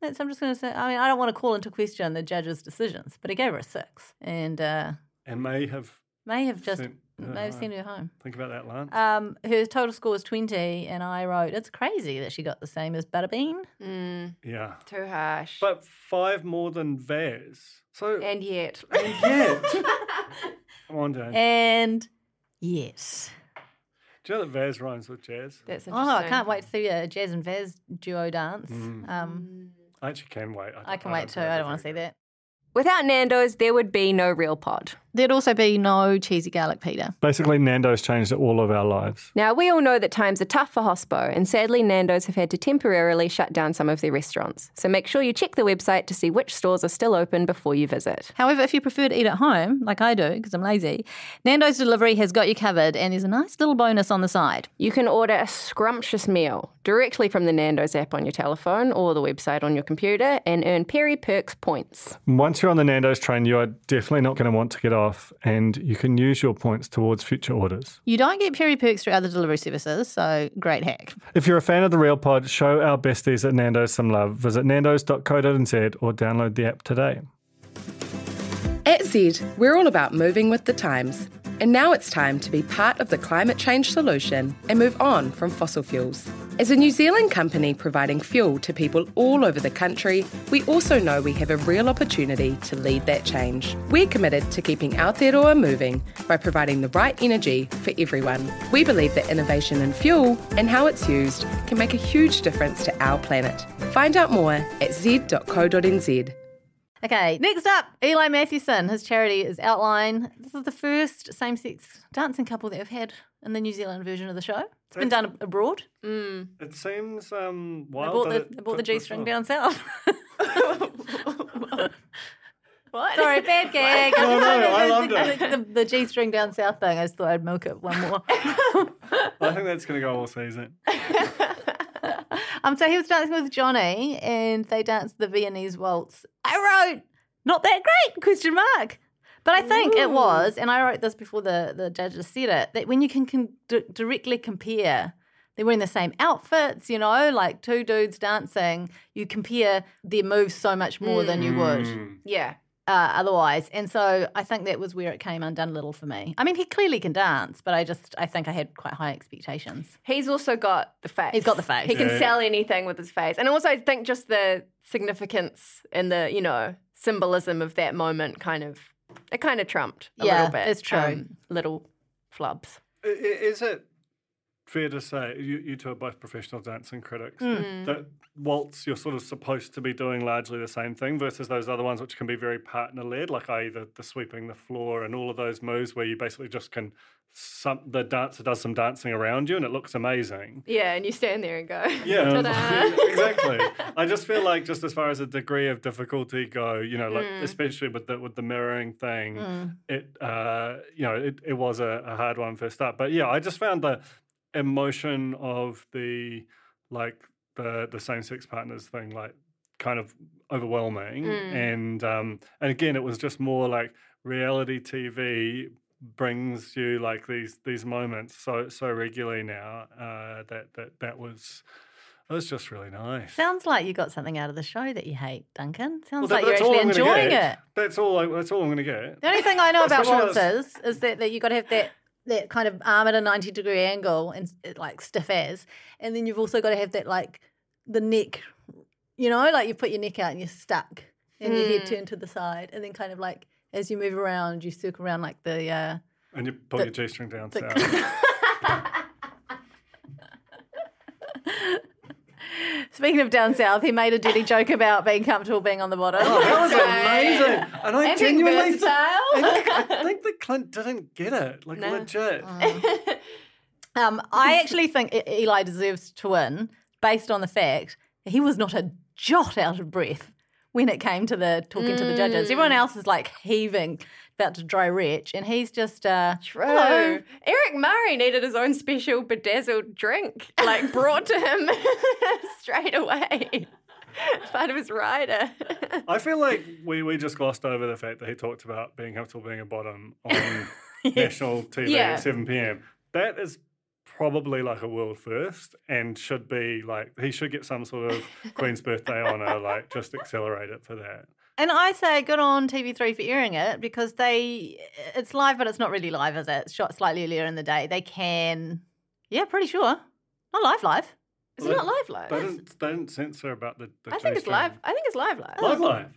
Speaker 6: That's I'm just gonna say I mean, I don't want to call into question the judge's decisions, but he gave her a six. And uh
Speaker 3: And may have
Speaker 6: may have just
Speaker 3: Sent her
Speaker 6: may have
Speaker 3: home.
Speaker 6: sent her home.
Speaker 3: think about that Lance.
Speaker 6: Um, her total score was 20, and I wrote, It's crazy that she got the same as Butterbean.
Speaker 3: yeah.
Speaker 4: Too harsh.
Speaker 3: But five more than theirs. So
Speaker 4: and yet.
Speaker 3: yet. Come on, Dan.
Speaker 6: And yes.
Speaker 3: Do you know that Vaz rhymes with jazz?
Speaker 4: That's interesting.
Speaker 6: Oh, I can't wait to see a Jazz and Vaz duo dance. Um,
Speaker 3: I actually can wait.
Speaker 6: I can wait too. I don't want to see that.
Speaker 4: Without Nando's, there would be no real pod.
Speaker 5: There'd also be no cheesy garlic pita.
Speaker 3: Basically, Nando's changed all of our lives.
Speaker 4: Now, we all know that times are tough for Hospo, and sadly, Nando's have had to temporarily shut down some of their restaurants. So make sure you check the website to see which stores are still open before you visit.
Speaker 5: However, if you prefer to eat at home, like I do, because I'm lazy, Nando's Delivery has got you covered and there's a nice little bonus on the side.
Speaker 4: You can order a scrumptious meal directly from the Nando's app on your telephone or the website on your computer and earn Perry Perks points.
Speaker 3: Once you're on the Nando's train, you are definitely not going to want to get off, and you can use your points towards future orders.
Speaker 5: You don't get Perry Perks through other delivery services, so great hack.
Speaker 3: If you're a fan of The Real Pod, show our besties at Nando's some love. Visit nando's.co.nz or download the app today.
Speaker 7: At Zed, we're all about moving with the times. And now it's time to be part of the climate change solution and move on from fossil fuels. As a New Zealand company providing fuel to people all over the country, we also know we have a real opportunity to lead that change. We're committed to keeping our Aotearoa moving by providing the right energy for everyone. We believe that innovation in fuel and how it's used can make a huge difference to our planet. Find out more at z.co.nz.
Speaker 6: Okay, next up, Eli Mathewson. His charity is Outline. This is the first same sex dancing couple that I've had in the New Zealand version of the show. It's been done ab- abroad.
Speaker 3: It seems um,
Speaker 6: I
Speaker 3: wild.
Speaker 6: bought
Speaker 3: that
Speaker 6: the,
Speaker 3: it
Speaker 6: I bought the
Speaker 3: took this
Speaker 6: G string down
Speaker 3: long.
Speaker 6: south.
Speaker 4: What?
Speaker 6: Sorry, bad gag.
Speaker 3: No,
Speaker 6: I just
Speaker 3: no,
Speaker 6: wanted
Speaker 3: I
Speaker 6: the-
Speaker 3: loved
Speaker 6: the- The, the G string down south thing. I just thought I'd milk it one more.
Speaker 3: I think that's going to go all season.
Speaker 6: um, so he was dancing with Johnny, and they danced the Viennese waltz. I wrote
Speaker 5: not that great question mark but i think it was and i wrote this before the, the judges said it that when you can, con- d- directly compare they're wearing the same outfits you know like two dudes dancing you compare their moves so much more than you would
Speaker 3: Mm.
Speaker 4: Yeah.
Speaker 5: uh, otherwise and so i think that was where it came undone a little for me i mean he clearly can dance but i just i think i had quite high expectations
Speaker 4: He's also got the face.
Speaker 5: He's got the face.
Speaker 4: He can
Speaker 3: Yeah.
Speaker 4: sell anything with his face. And also, I think just the significance and the, you know, symbolism of that moment kind of, it kind of trumped a
Speaker 5: Yeah,
Speaker 4: little bit.
Speaker 5: it's true.
Speaker 4: little flubs.
Speaker 3: I- i- Is it fair to say you, you two are both professional dancing critics that waltz you're sort of supposed to be doing largely the same thing versus those other ones which can be very partner led, like i.e. The, the sweeping the floor and all of those moves where you basically just can some the dancer does some dancing around you and it looks amazing.
Speaker 4: Yeah, and you stand there and go,
Speaker 3: Yeah,
Speaker 4: Ta-da.
Speaker 3: exactly. I just feel like just as far as a degree of difficulty go, you know, like especially with the with the mirroring thing, it uh, you know, it, it was a, a hard one first up. But yeah, I just found the emotion of the like the the same sex partners thing like kind of overwhelming.
Speaker 5: Mm.
Speaker 3: And um and again it was just more like reality TV brings you like these these moments so so regularly now uh that that that was that was just really nice
Speaker 5: Sounds like you got something out of the show that you hate, Duncan. Sounds
Speaker 3: Well, that-
Speaker 5: like you're
Speaker 3: that's all
Speaker 5: actually
Speaker 3: I'm gonna
Speaker 5: enjoying
Speaker 3: get.
Speaker 5: it.
Speaker 3: that's all I, that's all i'm gonna get
Speaker 5: The only thing I know about
Speaker 3: Especially
Speaker 5: waltzes is, that, that you got to have that that kind of arm at a ninety degree angle and s- like stiff as, and then you've also got to have that like the neck, you know, like you put your neck out and you're stuck, and your head turned to the side, and then kind of like as you move around, you circle around like the uh,
Speaker 3: and you pull your g-string down
Speaker 5: the-
Speaker 3: south.
Speaker 5: Speaking of down south, he made a dirty joke about being comfortable being on the bottom.
Speaker 3: that was amazing and i
Speaker 5: And being
Speaker 3: Oh, genuinely th-
Speaker 5: versatile.
Speaker 3: I think, I think that clint didn't get it like legit
Speaker 5: Um, I actually think E- Eli deserves to win based on the fact that he was not a jot out of breath when it came to the talking to the
Speaker 4: Mm.
Speaker 5: judges. Everyone else is like heaving, about to dry retch, and he's just uh,
Speaker 4: Hello. Eric Murray needed his own special bedazzled drink, like brought to him straight away. Part of his rider.
Speaker 3: i feel like we we just glossed over the fact that he talked about being comfortable being a bottom on national tv
Speaker 4: Yeah.
Speaker 3: at 7 p.m that is probably like a world first and should be like he should get some sort of queen's birthday honor like just accelerate it for that
Speaker 5: And I say good on TV3 for airing it because they it's live, but it's not really live, is it? It's shot slightly earlier in the day. They can, yeah, pretty sure, not live, live.
Speaker 4: Is it not live
Speaker 3: They
Speaker 4: live?
Speaker 3: didn't, they didn't censor about the. the
Speaker 4: I think it's
Speaker 3: G-string.
Speaker 4: live. I think it's live live.
Speaker 3: Live live.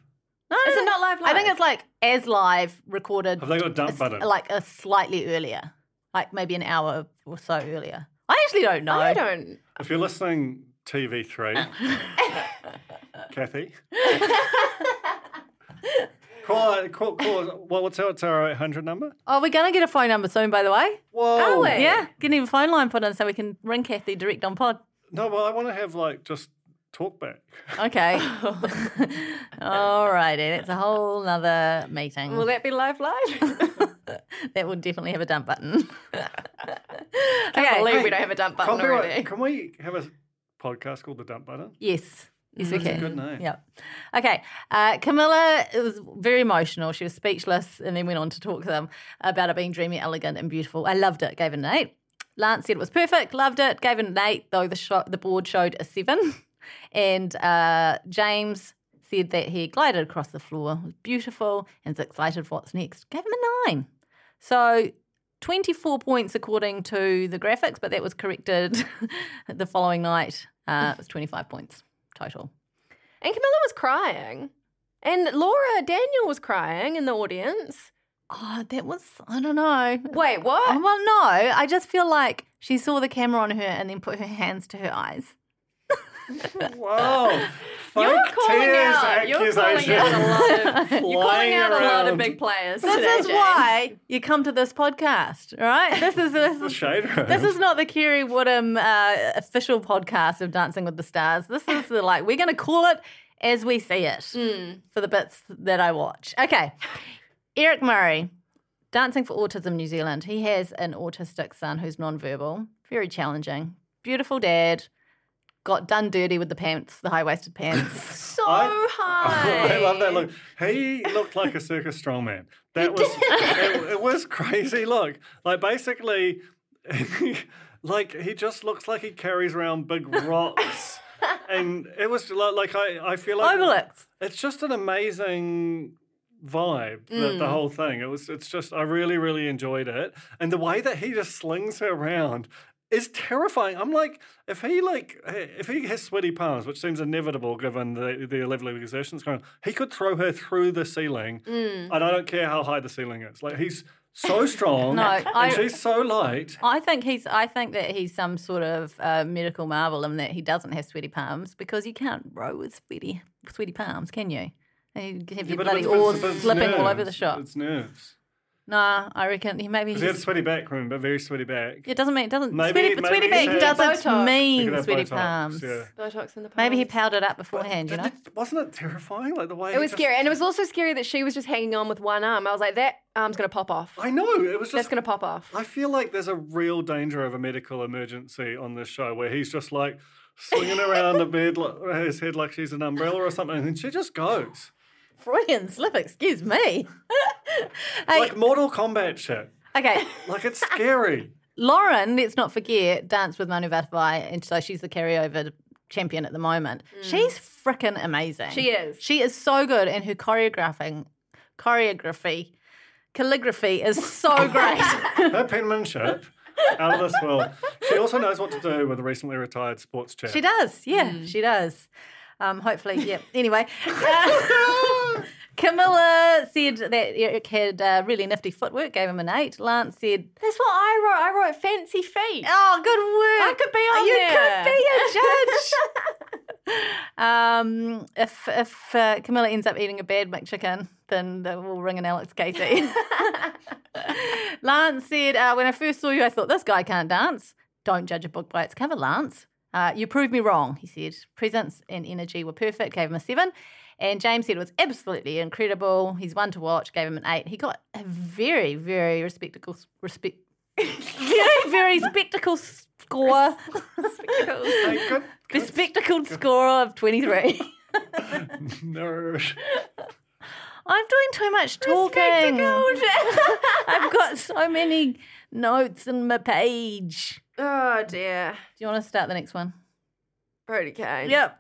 Speaker 5: No,
Speaker 4: Is
Speaker 5: no,
Speaker 4: it
Speaker 5: no.
Speaker 4: not live live?
Speaker 5: I think it's like as live recorded.
Speaker 3: Have they got a dump
Speaker 5: s-
Speaker 3: button?
Speaker 5: Like a slightly earlier, like maybe an hour or so earlier. I actually don't know.
Speaker 4: I don't.
Speaker 3: If you're listening, TV three, Kathy. call, call, call. What, what's our what's our eight hundred number?
Speaker 5: Oh, we're gonna get a phone number soon, by the way.
Speaker 3: Whoa.
Speaker 4: Are we?
Speaker 5: Yeah, getting a phone line put in so we can ring Kathy direct on pod.
Speaker 3: No, well, I want to have like just talk back.
Speaker 5: Okay. All righty, that's a whole nother meeting.
Speaker 4: Will that be live live?
Speaker 5: that would definitely have a dump button.
Speaker 4: I
Speaker 5: okay.
Speaker 4: believe we don't have a dump button
Speaker 3: Copyright-
Speaker 4: already.
Speaker 3: Can we have a podcast called the Dump Button?
Speaker 5: Yes. Yes, we can.
Speaker 3: Mm. Good name.
Speaker 5: Yep. Okay. Uh, Camilla it was very emotional. She was speechless and then went on to talk to them about it being dreamy, elegant, and beautiful. I loved it. Gave it an eight. Lance said it was perfect. Loved it. Gave it an eight, though the, sho the board showed a seven. And uh, James said that he glided across the floor, was beautiful, and is excited for what's next. Gave him a nine. So 24 points according to the graphics, but that was corrected the following night. Uh, it was 25 points total.
Speaker 4: And Camilla was crying. And Laura Daniel was crying in the audience.
Speaker 5: Oh, that was, I don't know.
Speaker 4: Wait,
Speaker 5: Oh,
Speaker 4: what?
Speaker 5: well, no, I just feel like she saw the camera on her and then put her hands to her eyes.
Speaker 3: Whoa. Fake
Speaker 4: You're calling
Speaker 3: tears
Speaker 4: out. Oh, You're calling
Speaker 3: accusations
Speaker 4: out a lot of You're
Speaker 3: flying
Speaker 4: calling out a lot of
Speaker 3: around.
Speaker 4: big players.
Speaker 5: This
Speaker 4: today,
Speaker 5: is
Speaker 4: Jane.
Speaker 5: why you come to this podcast, all right? This is this
Speaker 3: The
Speaker 5: is
Speaker 3: shade room.
Speaker 5: this is not the Kiri Woodham uh, official podcast of Dancing with the Stars. This is the like we're going to call it as we see it
Speaker 4: Hmm.
Speaker 5: for the bits that I watch. Okay, Eric Murray, Dancing for Autism New Zealand. He has an autistic son who's nonverbal, very challenging, beautiful dad,
Speaker 6: got done dirty with the pants, the high waisted pants.
Speaker 4: So
Speaker 3: I-
Speaker 4: high.
Speaker 3: I love that look. He looked like a circus strongman. That was it, it was crazy look. Like basically like he just looks like he carries around big rocks. and it was like, like I, I feel like
Speaker 6: Obelix.
Speaker 3: it's just an amazing vibe the,
Speaker 6: Mm.
Speaker 3: the whole thing it was it's just i really really enjoyed it and the way that he just slings her around is terrifying i'm like if he like if he has sweaty palms which seems inevitable given the the level of exertion's going on, he could throw her through the ceiling
Speaker 6: Mm.
Speaker 3: and i don't care how high the ceiling is like he's so strong
Speaker 6: No,
Speaker 3: and
Speaker 6: I-
Speaker 3: she's so light
Speaker 6: I think he's. I think that he's some sort of uh, medical marvel in that he doesn't have sweaty palms because you can't row with sweaty sweaty palms, can you? You have your
Speaker 3: but
Speaker 6: bloody
Speaker 3: it's- but it's-
Speaker 6: oars
Speaker 3: but it's
Speaker 6: slipping all over
Speaker 3: nerves.
Speaker 6: the shop.
Speaker 3: it's nerves
Speaker 6: Nah, I reckon he maybe
Speaker 3: because he had a
Speaker 6: he's,
Speaker 3: sweaty back room but very sweaty back
Speaker 6: it doesn't mean it doesn't
Speaker 3: Maybe-
Speaker 6: sweaty, but
Speaker 3: maybe
Speaker 6: sweaty
Speaker 3: he's
Speaker 6: back
Speaker 3: had-
Speaker 6: doesn't
Speaker 4: Botox.
Speaker 3: He could
Speaker 6: mean
Speaker 3: have
Speaker 6: sweaty
Speaker 3: Botox,
Speaker 6: palms.
Speaker 3: yeah.
Speaker 4: Botox in the palms.
Speaker 6: Maybe he powdered up beforehand, you know.
Speaker 3: Did- did- Wasn't it terrifying? Like the way
Speaker 4: It was
Speaker 3: just-
Speaker 4: scary, and it was also scary that she was just hanging on with one arm. I was like, that arm's gonna pop off.
Speaker 3: I know it was
Speaker 4: That's
Speaker 3: just.
Speaker 4: gonna pop off.
Speaker 3: I feel like there's a real danger of a medical emergency on this show where he's just like swinging around the bed, like, his head like she's an umbrella or something, and she just goes
Speaker 6: Freudian slip, excuse me.
Speaker 3: like Mortal Kombat shit.
Speaker 6: Okay,
Speaker 3: Like it's scary.
Speaker 6: Lauren, let's not forget, danced with Manu Vatavai, and so she's the carryover champion at the moment. She's freaking amazing.
Speaker 4: Mm. She is.
Speaker 6: She is so good, and her choreographing, choreography, calligraphy is so great.
Speaker 3: Her penmanship out of this world. She also knows what to do with a recently retired sports chair.
Speaker 6: she does, yeah,
Speaker 4: Mm.
Speaker 6: she does. Um, hopefully, yeah. Anyway,
Speaker 4: Oh
Speaker 6: uh, Camilla said that Eric had uh, really nifty footwork, gave him an eight. Lance said,
Speaker 4: That's what I wrote. I wrote fancy feet.
Speaker 6: "Oh, good work!
Speaker 4: I could be on
Speaker 6: you
Speaker 4: there.
Speaker 6: could be a judge." Um, if if uh, Camilla ends up eating a bad McChicken, then that will ring an Alex Casey. Lance said, uh, "When I first saw you, I thought this guy can't dance. Don't judge a book by its cover, Lance. Uh, you proved me wrong." He said, "Presence and energy were perfect. Gave him a seven. And James said it was absolutely incredible. He's one to watch. Gave him an eight. He got a very, very respectable respect, very, very spectacle score,
Speaker 3: Hey, good, good
Speaker 6: bespectacled score of twenty three.
Speaker 3: nerd.
Speaker 6: I'm doing too much talking. I've got so many notes in my page.
Speaker 4: Oh dear.
Speaker 6: Do you want to start the next one?
Speaker 4: Brody Kane.
Speaker 6: Yep.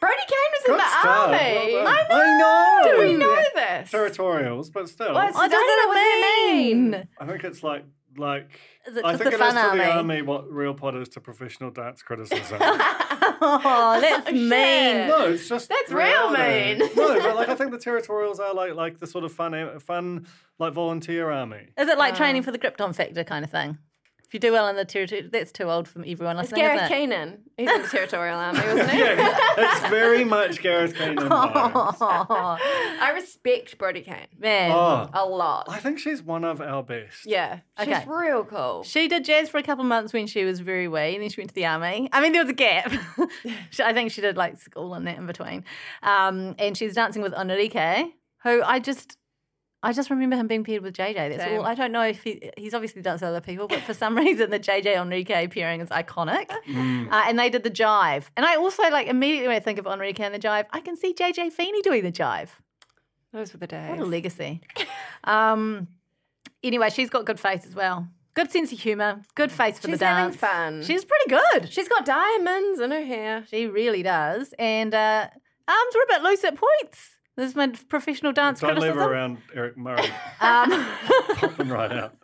Speaker 4: Brody Kane was in
Speaker 3: Good
Speaker 4: the
Speaker 3: start.
Speaker 4: army.
Speaker 3: Well done. I know.
Speaker 4: Did we know this?
Speaker 3: Territorials, but still.
Speaker 4: Well, it's-
Speaker 6: Oh,
Speaker 4: I don't know what
Speaker 6: does
Speaker 4: they
Speaker 6: it
Speaker 4: mean.
Speaker 6: mean?
Speaker 3: I think it's like like
Speaker 6: Is it
Speaker 3: I
Speaker 6: just
Speaker 3: think
Speaker 6: the
Speaker 3: it
Speaker 6: fun
Speaker 3: is to
Speaker 6: army?
Speaker 3: the army what real pot is to professional dance criticism.
Speaker 6: Oh, that's mean.
Speaker 4: shit.
Speaker 3: no, it's just
Speaker 4: That's real
Speaker 3: reality.
Speaker 4: mean.
Speaker 3: no, but like I think the territorials are like like the sort of fun am- fun like volunteer army.
Speaker 6: Is it like training for the Krypton Factor kind of thing? If you do well in the territory, that's too old for everyone
Speaker 4: It's
Speaker 6: listening,
Speaker 4: Gareth
Speaker 6: isn't it?
Speaker 4: Keenan. He's in the Territorial Army, wasn't he?
Speaker 3: yeah, it's very much Gareth Keenan. vibes.
Speaker 6: Oh,
Speaker 4: I respect Brody Kane
Speaker 6: man.
Speaker 3: Oh,
Speaker 4: a lot.
Speaker 3: I think she's one of our best.
Speaker 4: Yeah. She's
Speaker 6: Okay.
Speaker 4: real cool.
Speaker 6: She did jazz for a couple of months when she was very wee, and then she went to the army. I mean, there was a gap. She- I think she did like school and that in between. Um, and she's dancing with Enrique, who I just, I just remember him being paired with JJ. That's
Speaker 4: Same.
Speaker 6: all. I don't know if he, he's obviously danced with other people, but for some reason, the JJ Enrique pairing is iconic. Uh, and they did the jive, and I also like immediately when I think of Enrique and the jive, I can see JJ Feeney doing the jive.
Speaker 4: Those were the days.
Speaker 6: What a legacy. Um, anyway, she's got good face as well. Good sense of humour. Good face for the
Speaker 4: She's having
Speaker 6: dance.
Speaker 4: fun.
Speaker 6: She's pretty good.
Speaker 4: She's got diamonds in her hair.
Speaker 6: She really does. And uh, arms were a bit loose at points. This is my professional dance
Speaker 3: Don't leave
Speaker 6: criticism.
Speaker 3: her around Eric Murray. Pop them right out.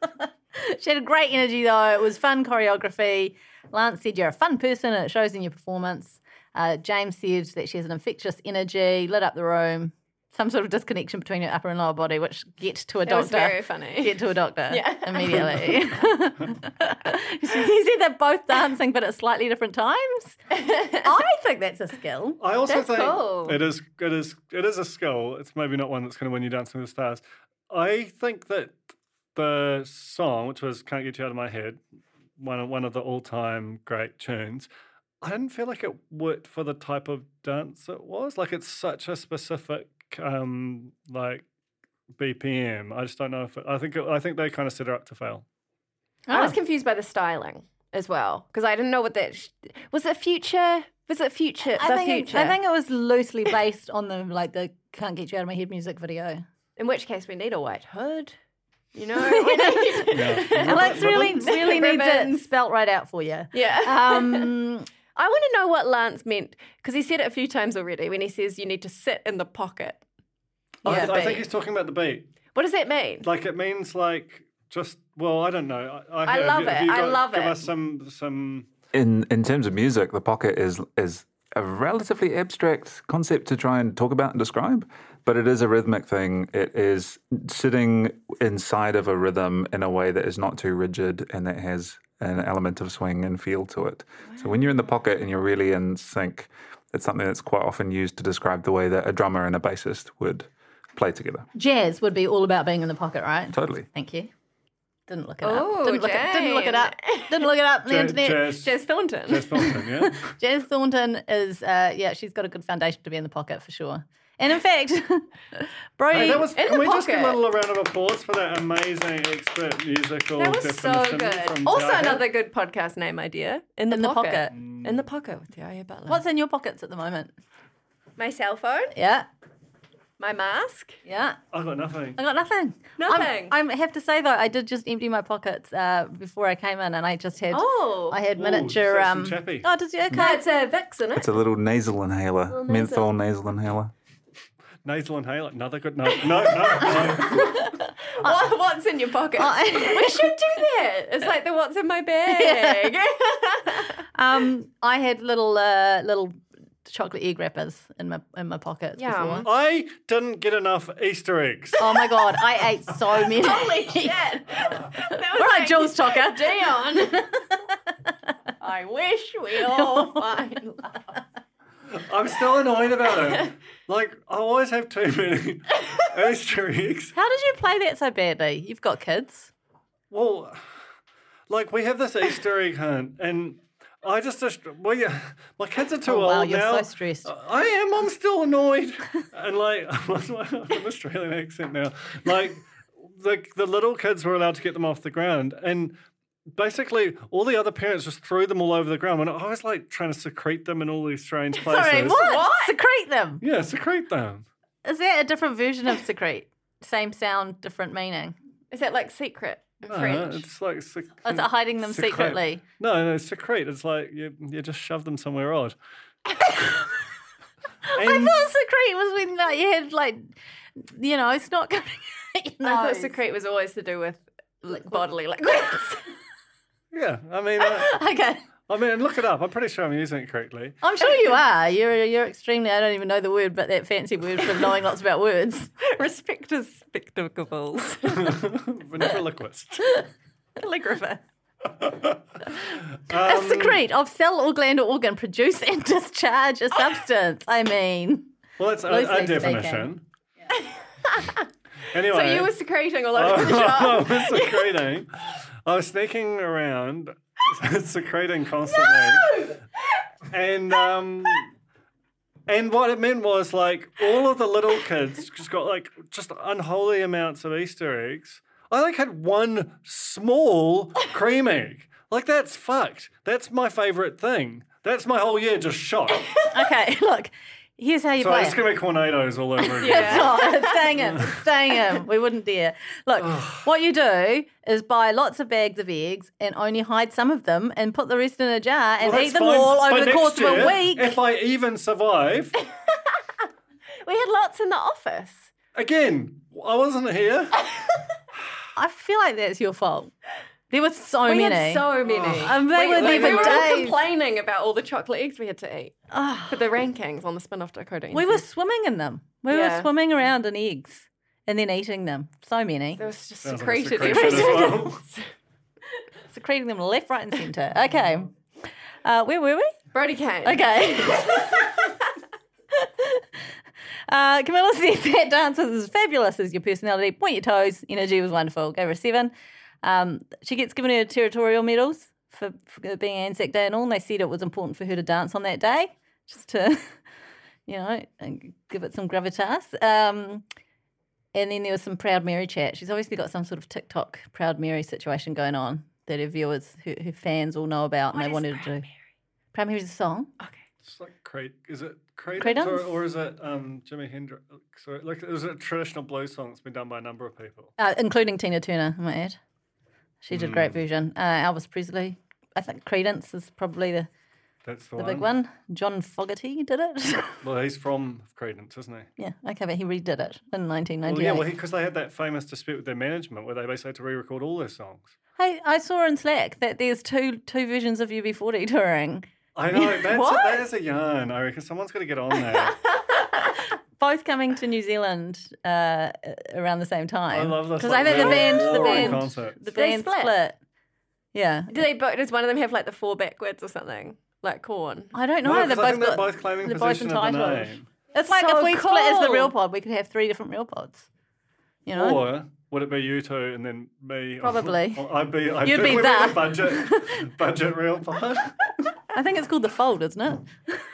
Speaker 6: She had a great energy though. It was fun choreography. Lance said you're a fun person and it shows in your performance. Uh, James said that she has an infectious energy, lit up the room. Some sort of disconnection between her upper and lower body, which get to a
Speaker 4: It
Speaker 6: doctor.
Speaker 4: was very funny.
Speaker 6: get to a doctor immediately. he said they're both dancing, but at slightly different times. I think that's a skill.
Speaker 3: I also
Speaker 4: That's
Speaker 3: think
Speaker 4: cool.
Speaker 3: it is it is it is a skill. It's maybe not one that's going to win you Dancing with the Stars. I think that the song, which was "Can't Get You Out of My Head," one of, one of the all time great tunes. I didn't feel like it worked for the type of dance it was. Like it's such a specific um like BPM. I just don't know if it, I think it, I think they kind of set her up to fail.
Speaker 4: Oh. I was confused by the styling as well because I didn't know what that was. It future Visit future,
Speaker 5: I
Speaker 4: the
Speaker 5: think
Speaker 4: future.
Speaker 5: It, I think it was loosely based on the like the "Can't Get You Out of My Head" music video.
Speaker 4: In which case, we need a white hood. You know, we need-
Speaker 5: And like, it's really,
Speaker 4: ribbons.
Speaker 5: really needs it
Speaker 4: Ribbons.
Speaker 5: spelt right out for you.
Speaker 4: yeah.
Speaker 5: Um,
Speaker 4: Uh, I want to know what Lance meant because he said it a few times already when he says you need to sit in the pocket.
Speaker 3: I,
Speaker 4: Yeah,
Speaker 3: I think
Speaker 4: beat.
Speaker 3: he's talking about the beat.
Speaker 4: What does that mean?
Speaker 3: Like it means like just well, I don't know. I,
Speaker 4: I
Speaker 3: have
Speaker 4: love
Speaker 3: you- have
Speaker 4: it.
Speaker 3: you
Speaker 4: I
Speaker 3: got-
Speaker 4: love
Speaker 3: give
Speaker 4: it.
Speaker 3: us some some.
Speaker 1: in in terms of music, the pocket is is a relatively abstract concept to try and talk about and describe, but it is a rhythmic thing. It is sitting inside of a rhythm in a way that is not too rigid and that has an element of swing and feel to it. So when you're in the pocket and you're really in sync, it's something that's quite often used to describe the way that a drummer and a bassist would play together.
Speaker 5: jazz would be all about being in the pocket, right?
Speaker 1: Totally.
Speaker 5: Thank you. Didn't look it
Speaker 4: Oh,
Speaker 5: up. Didn't look it, didn't look it up. Didn't look it up. on The
Speaker 3: Ja-
Speaker 5: internet.
Speaker 3: jazz-
Speaker 4: Jess Thornton.
Speaker 3: jazz Thornton, yeah.
Speaker 5: Jazz Thornton is, uh, yeah, she's got a good foundation to be in the pocket for sure. And in fact, Brody,
Speaker 3: Hey, that was,
Speaker 4: in
Speaker 3: can
Speaker 4: the
Speaker 3: we just give a
Speaker 4: pocket.
Speaker 3: little round of applause for that amazing expert musical
Speaker 4: That was
Speaker 3: definition?
Speaker 4: so good.
Speaker 3: from
Speaker 4: Also,
Speaker 3: Tiago?
Speaker 4: another good podcast name idea. In the,
Speaker 5: In the
Speaker 4: pocket.
Speaker 3: Mm.
Speaker 4: In the pocket with Yaya Butler.
Speaker 5: what's in your pockets at the moment?
Speaker 4: my cell phone?
Speaker 5: Yeah,
Speaker 4: My mask?
Speaker 5: yeah.
Speaker 3: I've got nothing.
Speaker 5: I got nothing.
Speaker 4: Nothing.
Speaker 5: I'm, I have to say though, I did just empty my pockets uh, before I came in, and I just had
Speaker 4: Oh.
Speaker 5: I had
Speaker 3: Ooh,
Speaker 5: miniature.
Speaker 3: sexy
Speaker 5: um,
Speaker 3: chappy.
Speaker 5: oh, does you okay?
Speaker 4: It's a Vicks, isn't it?
Speaker 1: It's a little nasal inhaler, menthol nasal inhaler.
Speaker 3: Nasal inhaler. Another good. No, no, no. no.
Speaker 4: What- what's in your pocket?
Speaker 5: I-
Speaker 4: we should do that. It's like the what's in my bag.
Speaker 5: Um, I had little uh, little chocolate egg wrappers in my in my pockets
Speaker 4: Yum.
Speaker 5: before.
Speaker 3: I didn't get enough Easter eggs.
Speaker 5: Oh my god, I ate so many.
Speaker 4: Holy shit. That was
Speaker 5: All right,
Speaker 4: like,
Speaker 5: Jules Tucker.
Speaker 4: Dion. I wish we all find love.
Speaker 3: I'm still annoyed about it. Like I always have too many Easter eggs.
Speaker 5: How did you play that so badly? You've got kids.
Speaker 3: Well, like we have this Easter egg hunt, and I just, just well, yeah, my kids are too
Speaker 5: Oh,
Speaker 3: old
Speaker 5: wow, you're so
Speaker 3: now. Uh,
Speaker 5: stressed.
Speaker 3: I am. I'm still annoyed, and like I lost my I'm Australian accent now. Like the the little kids were allowed to get them off the ground, and basically all the other parents just threw them all over the ground. And I was like trying to secrete them in all these strange places.
Speaker 5: Sorry, what? Secrete them.
Speaker 3: Yeah, secrete them.
Speaker 5: Is that a different version of secrete? Same sound, different meaning.
Speaker 4: Is that like secret in
Speaker 3: Oh, No,
Speaker 4: French?
Speaker 3: it's like sec-
Speaker 5: Oh, it's hiding them
Speaker 3: secrete.
Speaker 5: secretly.
Speaker 3: No, no, secrete. It's like you, you just shove them somewhere odd.
Speaker 5: I
Speaker 3: And-
Speaker 5: thought secrete was when like, you had like, you know, it's not coming.
Speaker 4: I thought secret was always to do with like, bodily liquids.
Speaker 3: Yeah, I mean, I,
Speaker 5: Okay,
Speaker 3: I mean, look it up. I'm pretty sure I'm using it correctly.
Speaker 5: I'm sure you are. You're you're extremely. I don't even know the word, but that fancy word for knowing lots about words.
Speaker 4: Respect is spectacles.
Speaker 3: Ventriloquist.
Speaker 4: Calligrapher.
Speaker 5: A
Speaker 4: Um,
Speaker 5: secrete of cell or gland or organ produce and discharge a substance. I mean,
Speaker 3: Well, that's a,
Speaker 5: Loosely
Speaker 3: a
Speaker 5: speaking.
Speaker 3: definition. anyway,
Speaker 4: So you were secreting all over the shop.
Speaker 3: I was secreting. I was sneaking around, secreting constantly, and um, and what it meant was like all of the little kids just got like just unholy amounts of Easter eggs. I like had one small cream egg. Like that's fucked. That's my favorite thing. That's my whole year just shot.
Speaker 5: okay, look. Here's how you
Speaker 3: So
Speaker 5: play.
Speaker 3: it's
Speaker 5: it.
Speaker 3: gonna be tornadoes all over again.
Speaker 5: It's not. It's staying in. It's staying in. We wouldn't dare. Look, what you do is buy lots of bags of eggs and only hide some of them and put the rest in a jar and
Speaker 3: Well,
Speaker 5: eat
Speaker 3: that's
Speaker 5: them
Speaker 3: fine.
Speaker 5: all
Speaker 3: By
Speaker 5: over the
Speaker 3: next
Speaker 5: course of a
Speaker 3: year,
Speaker 5: week.
Speaker 3: If I even survive,
Speaker 4: We had lots in the oh, office.
Speaker 3: again, I wasn't here.
Speaker 5: I feel like that's your fault. There were so
Speaker 4: we
Speaker 5: many.
Speaker 4: had so many. Oh.
Speaker 5: and they were there
Speaker 4: we were
Speaker 5: for
Speaker 4: all
Speaker 5: days.
Speaker 4: complaining about all the chocolate eggs we had to eat for the rankings on the spin off Dakota.
Speaker 5: we were swimming in them. We were
Speaker 4: Yeah.
Speaker 5: swimming around in eggs and then eating them. So many.
Speaker 4: There was just
Speaker 3: Sounds like a
Speaker 4: secreted
Speaker 3: secretion as
Speaker 4: everywhere.
Speaker 3: well.
Speaker 5: Secreting them left, right, and centre. Okay. Uh, where were we?
Speaker 4: Brody Kane.
Speaker 5: Okay. uh, Camilla said that dance was as fabulous as your personality. Point your toes. Energy was wonderful. Gave her a seven. Um, she gets given her territorial medals for, for being Anzac Day and all. And they said it was important for her to dance on that day, just to, you know, and give it some gravitas. Um, and then there was some Proud Mary chat. She's obviously got some sort of TikTok Proud Mary situation going on that her viewers, her, her fans all know about and they wanted to do. Proud Mary's a song.
Speaker 4: Okay.
Speaker 3: It's like Creed. Is it Creedence,
Speaker 2: Creedence?
Speaker 3: or, or is it um, Jimi Hendrix? Or, like, is it a traditional blues song that's been done by a number of people?
Speaker 5: uh, including Tina Turner. I might add, she did a
Speaker 3: Hmm.
Speaker 5: great version. Uh, Elvis Presley. I think Credence is probably the,
Speaker 3: That's the,
Speaker 5: the big one. John Fogerty did it.
Speaker 3: Well, he's from Credence, isn't he?
Speaker 5: yeah, okay, but he redid it in
Speaker 3: Well,
Speaker 5: 1998.
Speaker 3: Oh, yeah, well, because they had that famous dispute with their management where they basically had to re-record all their songs.
Speaker 5: Hey, I saw in Slack that there's two two versions of UB40 touring.
Speaker 3: I know that's a, that is a yarn. I reckon someone's got to get on that.
Speaker 5: Both coming to New Zealand uh, around the same time.
Speaker 3: I love this.
Speaker 5: because
Speaker 3: like,
Speaker 5: I think the
Speaker 3: really
Speaker 5: band, the
Speaker 3: boring
Speaker 5: band,
Speaker 3: concept.
Speaker 5: the
Speaker 4: They
Speaker 5: band
Speaker 4: split.
Speaker 5: split. Yeah,
Speaker 4: Do they both? Does one of them have like the four backwards or something? Like corn.
Speaker 5: I don't know.
Speaker 3: No, 'cause
Speaker 5: they're
Speaker 3: I
Speaker 5: both
Speaker 3: think they're
Speaker 5: got,
Speaker 3: both claiming
Speaker 5: they're
Speaker 3: possession
Speaker 5: both
Speaker 3: of the
Speaker 5: entitled.
Speaker 3: name.
Speaker 5: It's like if
Speaker 4: So
Speaker 5: we split as the real
Speaker 4: cool.
Speaker 5: pod, we could have three different real pods. You know,
Speaker 3: Or would it be you two and then me?
Speaker 5: Probably.
Speaker 3: I'd be. I'd
Speaker 5: You'd be
Speaker 3: we'd
Speaker 5: there.
Speaker 3: the budget, budget real pod.
Speaker 5: I think it's called the fold, isn't it?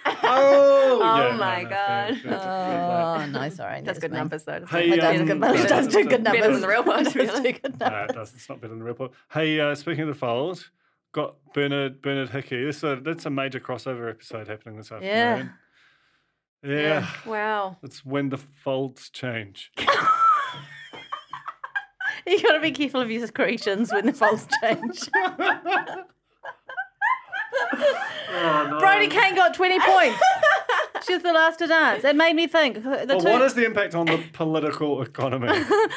Speaker 3: Oh,
Speaker 4: Oh
Speaker 3: yeah,
Speaker 4: my
Speaker 3: no, no, fair,
Speaker 4: God.
Speaker 3: fair, fair play.
Speaker 5: Oh no, sorry,
Speaker 4: That's good
Speaker 5: me.
Speaker 4: numbers though. doesn't
Speaker 3: Hey,
Speaker 4: it?
Speaker 5: My dad's
Speaker 3: um,
Speaker 5: good numbers.
Speaker 3: yeah,
Speaker 5: does do good
Speaker 3: better
Speaker 5: numbers.
Speaker 4: than the real pod, to be
Speaker 5: Does do
Speaker 4: honest.
Speaker 5: good
Speaker 3: No, it
Speaker 5: numbers.
Speaker 3: doesn't. It's not better than Red Bull. Hey, uh, speaking of the fold, got Bernard Bernard Hickey. This is a, that's a major crossover episode happening this afternoon.
Speaker 5: Yeah.
Speaker 3: Yeah.
Speaker 4: Wow.
Speaker 3: It's when the folds change.
Speaker 5: You got to be careful of your secretions when the folds change.
Speaker 3: Oh,
Speaker 5: Brody Kane got twenty points. She was the last to dance. It made me think. The
Speaker 3: Well,
Speaker 5: two-
Speaker 3: what is the impact on the political economy?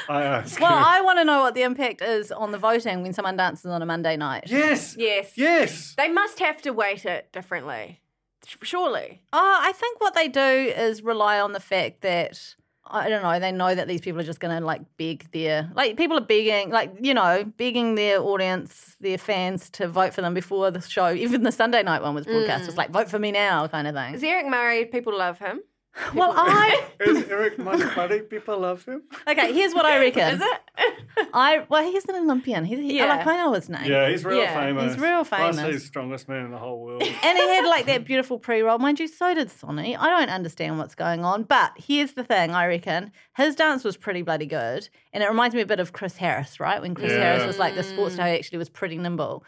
Speaker 3: I ask.
Speaker 5: well,
Speaker 3: you.
Speaker 5: I want to know what the impact is on the voting when someone dances on a Monday night.
Speaker 3: yes.
Speaker 4: Yes.
Speaker 3: Yes.
Speaker 4: They must have to weight it differently. Sh- Surely.
Speaker 5: Oh, I think what they do is rely on the fact that I don't know. They know that these people are just going to like beg their like people are begging like you know begging their audience, their fans to vote for them before the show. Even the Sunday night one was broadcast. It's like vote for me now kind of
Speaker 4: Mm. Is
Speaker 5: thing.
Speaker 4: Eric Murray, people love him.
Speaker 5: Well, I
Speaker 3: Is Eric money funny? People love him.
Speaker 5: okay. Here's what I reckon.
Speaker 4: Is it?
Speaker 5: I well, he's an Olympian. He's he,
Speaker 4: Yeah.
Speaker 5: like, I know his name.
Speaker 3: Yeah, he's real
Speaker 4: Yeah,
Speaker 3: famous.
Speaker 5: he's real
Speaker 3: Plus,
Speaker 5: famous.
Speaker 3: he's strongest man in the whole world.
Speaker 5: and he had like that beautiful pre-roll. Mind you, so did Sonny. I don't understand what's going on, but here's the thing. I reckon his dance was pretty bloody good, and it reminds me a bit of Chris Harris, right? When Chris
Speaker 3: Yeah.
Speaker 5: Harris was like the sports star, he actually was pretty nimble.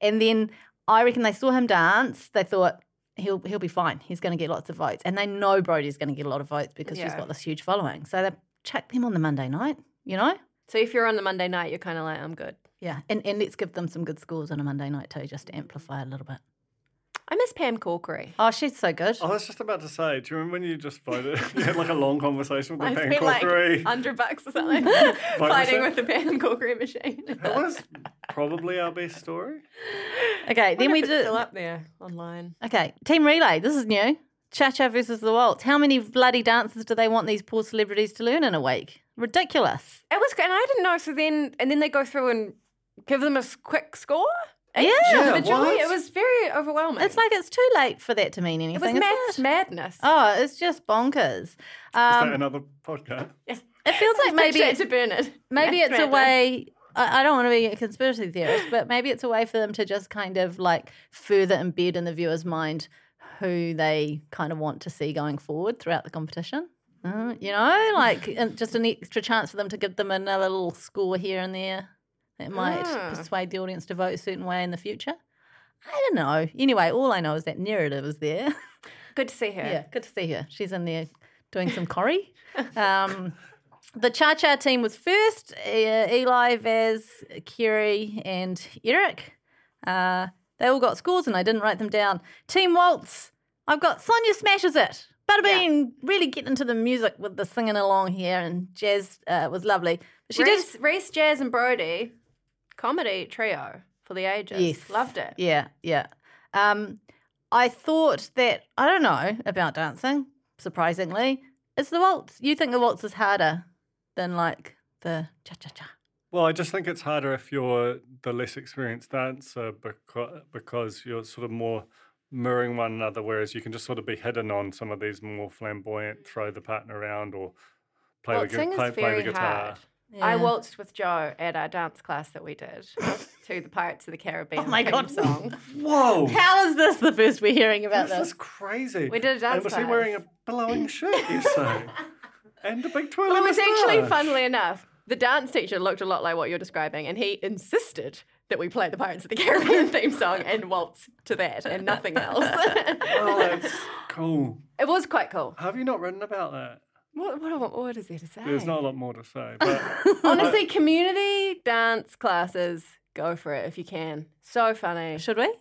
Speaker 5: And then I reckon they saw him dance. They thought he'll he'll be fine. He's going to get lots of votes, and they know Brody's going to get a lot of votes because she's
Speaker 4: Yeah.
Speaker 5: got this huge following. So they chucked him on the Monday night. You know.
Speaker 4: So if you're on the Monday night, you're kind of like, I'm good.
Speaker 5: Yeah, and, and let's give them some good scores on a Monday night too, just to amplify a little bit.
Speaker 4: I miss Pam Corkery.
Speaker 5: Oh, she's so good.
Speaker 3: I was just about to say, do you remember when you just voted? You had like a long conversation with
Speaker 4: I
Speaker 3: the
Speaker 4: spent
Speaker 3: bank
Speaker 4: like
Speaker 3: three.
Speaker 4: 100 bucks or something
Speaker 3: it?
Speaker 4: fighting with the Pam Corkery machine.
Speaker 3: That was probably our best story.
Speaker 5: Okay, then we
Speaker 4: It's
Speaker 5: do.
Speaker 4: still up there online.
Speaker 5: Okay, team relay. This is new. Cha cha versus the waltz. How many bloody dances do they want these poor celebrities to learn in a week? Ridiculous.
Speaker 4: It was, and I didn't know. So then, and then they go through and give them a s- quick score.
Speaker 5: Yeah.
Speaker 4: individually.
Speaker 3: what?
Speaker 4: It was very overwhelming.
Speaker 5: It's like it's too late for that to mean anything.
Speaker 4: it was
Speaker 5: isn't
Speaker 4: maths
Speaker 5: it?
Speaker 4: madness.
Speaker 5: Oh, it's just bonkers.
Speaker 3: Is
Speaker 5: Um,
Speaker 3: that another podcast?
Speaker 5: it feels like maybe
Speaker 4: Shout out to Bernard.
Speaker 5: maybe
Speaker 4: Maths
Speaker 5: it's a
Speaker 4: madness.
Speaker 5: way. I I don't want to be a conspiracy theorist, but maybe it's a way for them to just kind of like further embed in the viewer's mind who they kind of want to see going forward throughout the competition. Uh, you know, like and just an extra chance for them to give them another little score here and there that might
Speaker 4: Ah.
Speaker 5: persuade the audience to vote a certain way in the future. I don't know. Anyway, all I know is that narrative is there.
Speaker 4: Good to see her.
Speaker 5: Yeah, good to see her. She's in there doing some Corrie. Um, the Cha Cha team was first uh, Eli, Vaz, Kiri, and Eric. Uh, they all got scores, and I didn't write them down. Team Waltz, I've got Sonia smashes it. Butterbean really get into the music with the singing along here, and Jazz uh, was lovely. She did.
Speaker 4: Reese, Reese, Jazz, and Brody, comedy trio for the ages.
Speaker 5: Yes.
Speaker 4: loved it.
Speaker 5: Yeah, yeah. Um, I thought that I don't know about dancing. Surprisingly, it's the waltz. You think the waltz is harder than like the cha cha cha?
Speaker 3: Well, I just think it's harder if you're the less experienced dancer because, because you're sort of more mirroring one another, whereas you can just sort of be hidden on some of these more flamboyant, throw the partner around or play, the,
Speaker 4: Waltzing
Speaker 3: gu-
Speaker 4: is
Speaker 3: play, play the
Speaker 4: very
Speaker 3: guitar.
Speaker 4: hard. I waltzed with Joe at our dance class that we did to the Pirates of the Caribbean
Speaker 5: Oh my
Speaker 4: theme
Speaker 5: God.
Speaker 4: song.
Speaker 3: Whoa!
Speaker 5: How is this the first we're hearing about
Speaker 3: This
Speaker 5: this?
Speaker 3: is crazy.
Speaker 4: We did a
Speaker 3: And
Speaker 4: dance
Speaker 3: was he
Speaker 4: class.
Speaker 3: wearing a blowing shirt, you say? and a big twirl
Speaker 4: Well, it was actually,
Speaker 3: fun.
Speaker 4: funnily enough, the dance teacher looked a lot like what you're describing, and he insisted that we play the Pirates of the Caribbean theme song and waltz to that and nothing else.
Speaker 3: Oh, that's cool.
Speaker 4: it was quite cool.
Speaker 3: Have you not written about that?
Speaker 4: What, what, what, what is there to say?
Speaker 3: There's not a lot more to say. But
Speaker 4: Honestly, community dance classes, go for it if you can. So funny.
Speaker 5: Should we?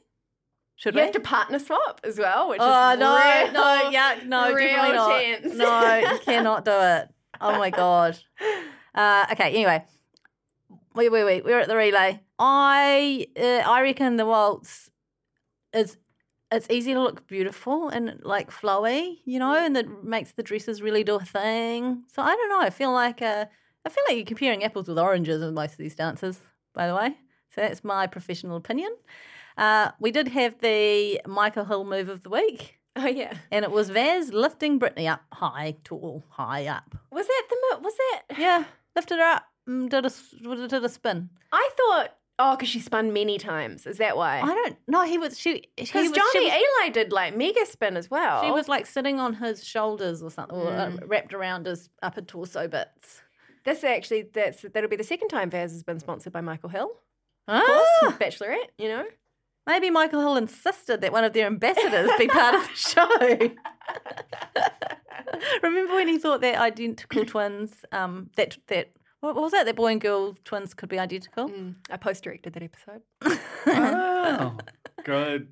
Speaker 5: Should
Speaker 4: You
Speaker 5: we?
Speaker 4: have to partner swap as well, which
Speaker 5: oh
Speaker 4: is
Speaker 5: no,
Speaker 4: real,
Speaker 5: no, yeah, no,
Speaker 4: real
Speaker 5: definitely not.
Speaker 4: tense.
Speaker 5: No, you cannot do it. Oh my god. Uh, okay, anyway, wait, wait, wait. We're at the relay. I, uh, I reckon the waltz is. It's easy to look beautiful and like flowy, you know, and it makes the dresses really do a thing. So I don't know. I feel like uh, I feel like you're comparing apples with oranges in most of these dances, by the way. So that's my professional opinion. Uh, we did have the Michael Hill move of the week.
Speaker 4: Oh yeah.
Speaker 5: And it was Vaz lifting Brittany up high, tall, high up.
Speaker 4: Was that the mo- was that?
Speaker 5: Yeah, lifted her up, mm, did a, s- did a spin.
Speaker 4: I thought oh because she spun many times. Is that
Speaker 5: I
Speaker 4: why?
Speaker 5: don't know. Oh, He was, she, he was,
Speaker 4: Because
Speaker 5: she
Speaker 4: Johnny
Speaker 5: was,
Speaker 4: Eli did like mega spin as well.
Speaker 5: she was like sitting on his shoulders or something, or
Speaker 4: Mm.
Speaker 5: uh, wrapped around his upper torso bits.
Speaker 4: This actually that's that'll be the second time Vaz has been sponsored by Michael Hill.
Speaker 5: Ah,
Speaker 4: Bachelorette, you know.
Speaker 5: maybe Michael Hill insisted that one of their ambassadors be part of the show. Remember when he thought that identical twins, um, that, that, what was that? That boy and girl twins could be identical?
Speaker 4: Mm, I post directed that episode.
Speaker 3: wow. Good,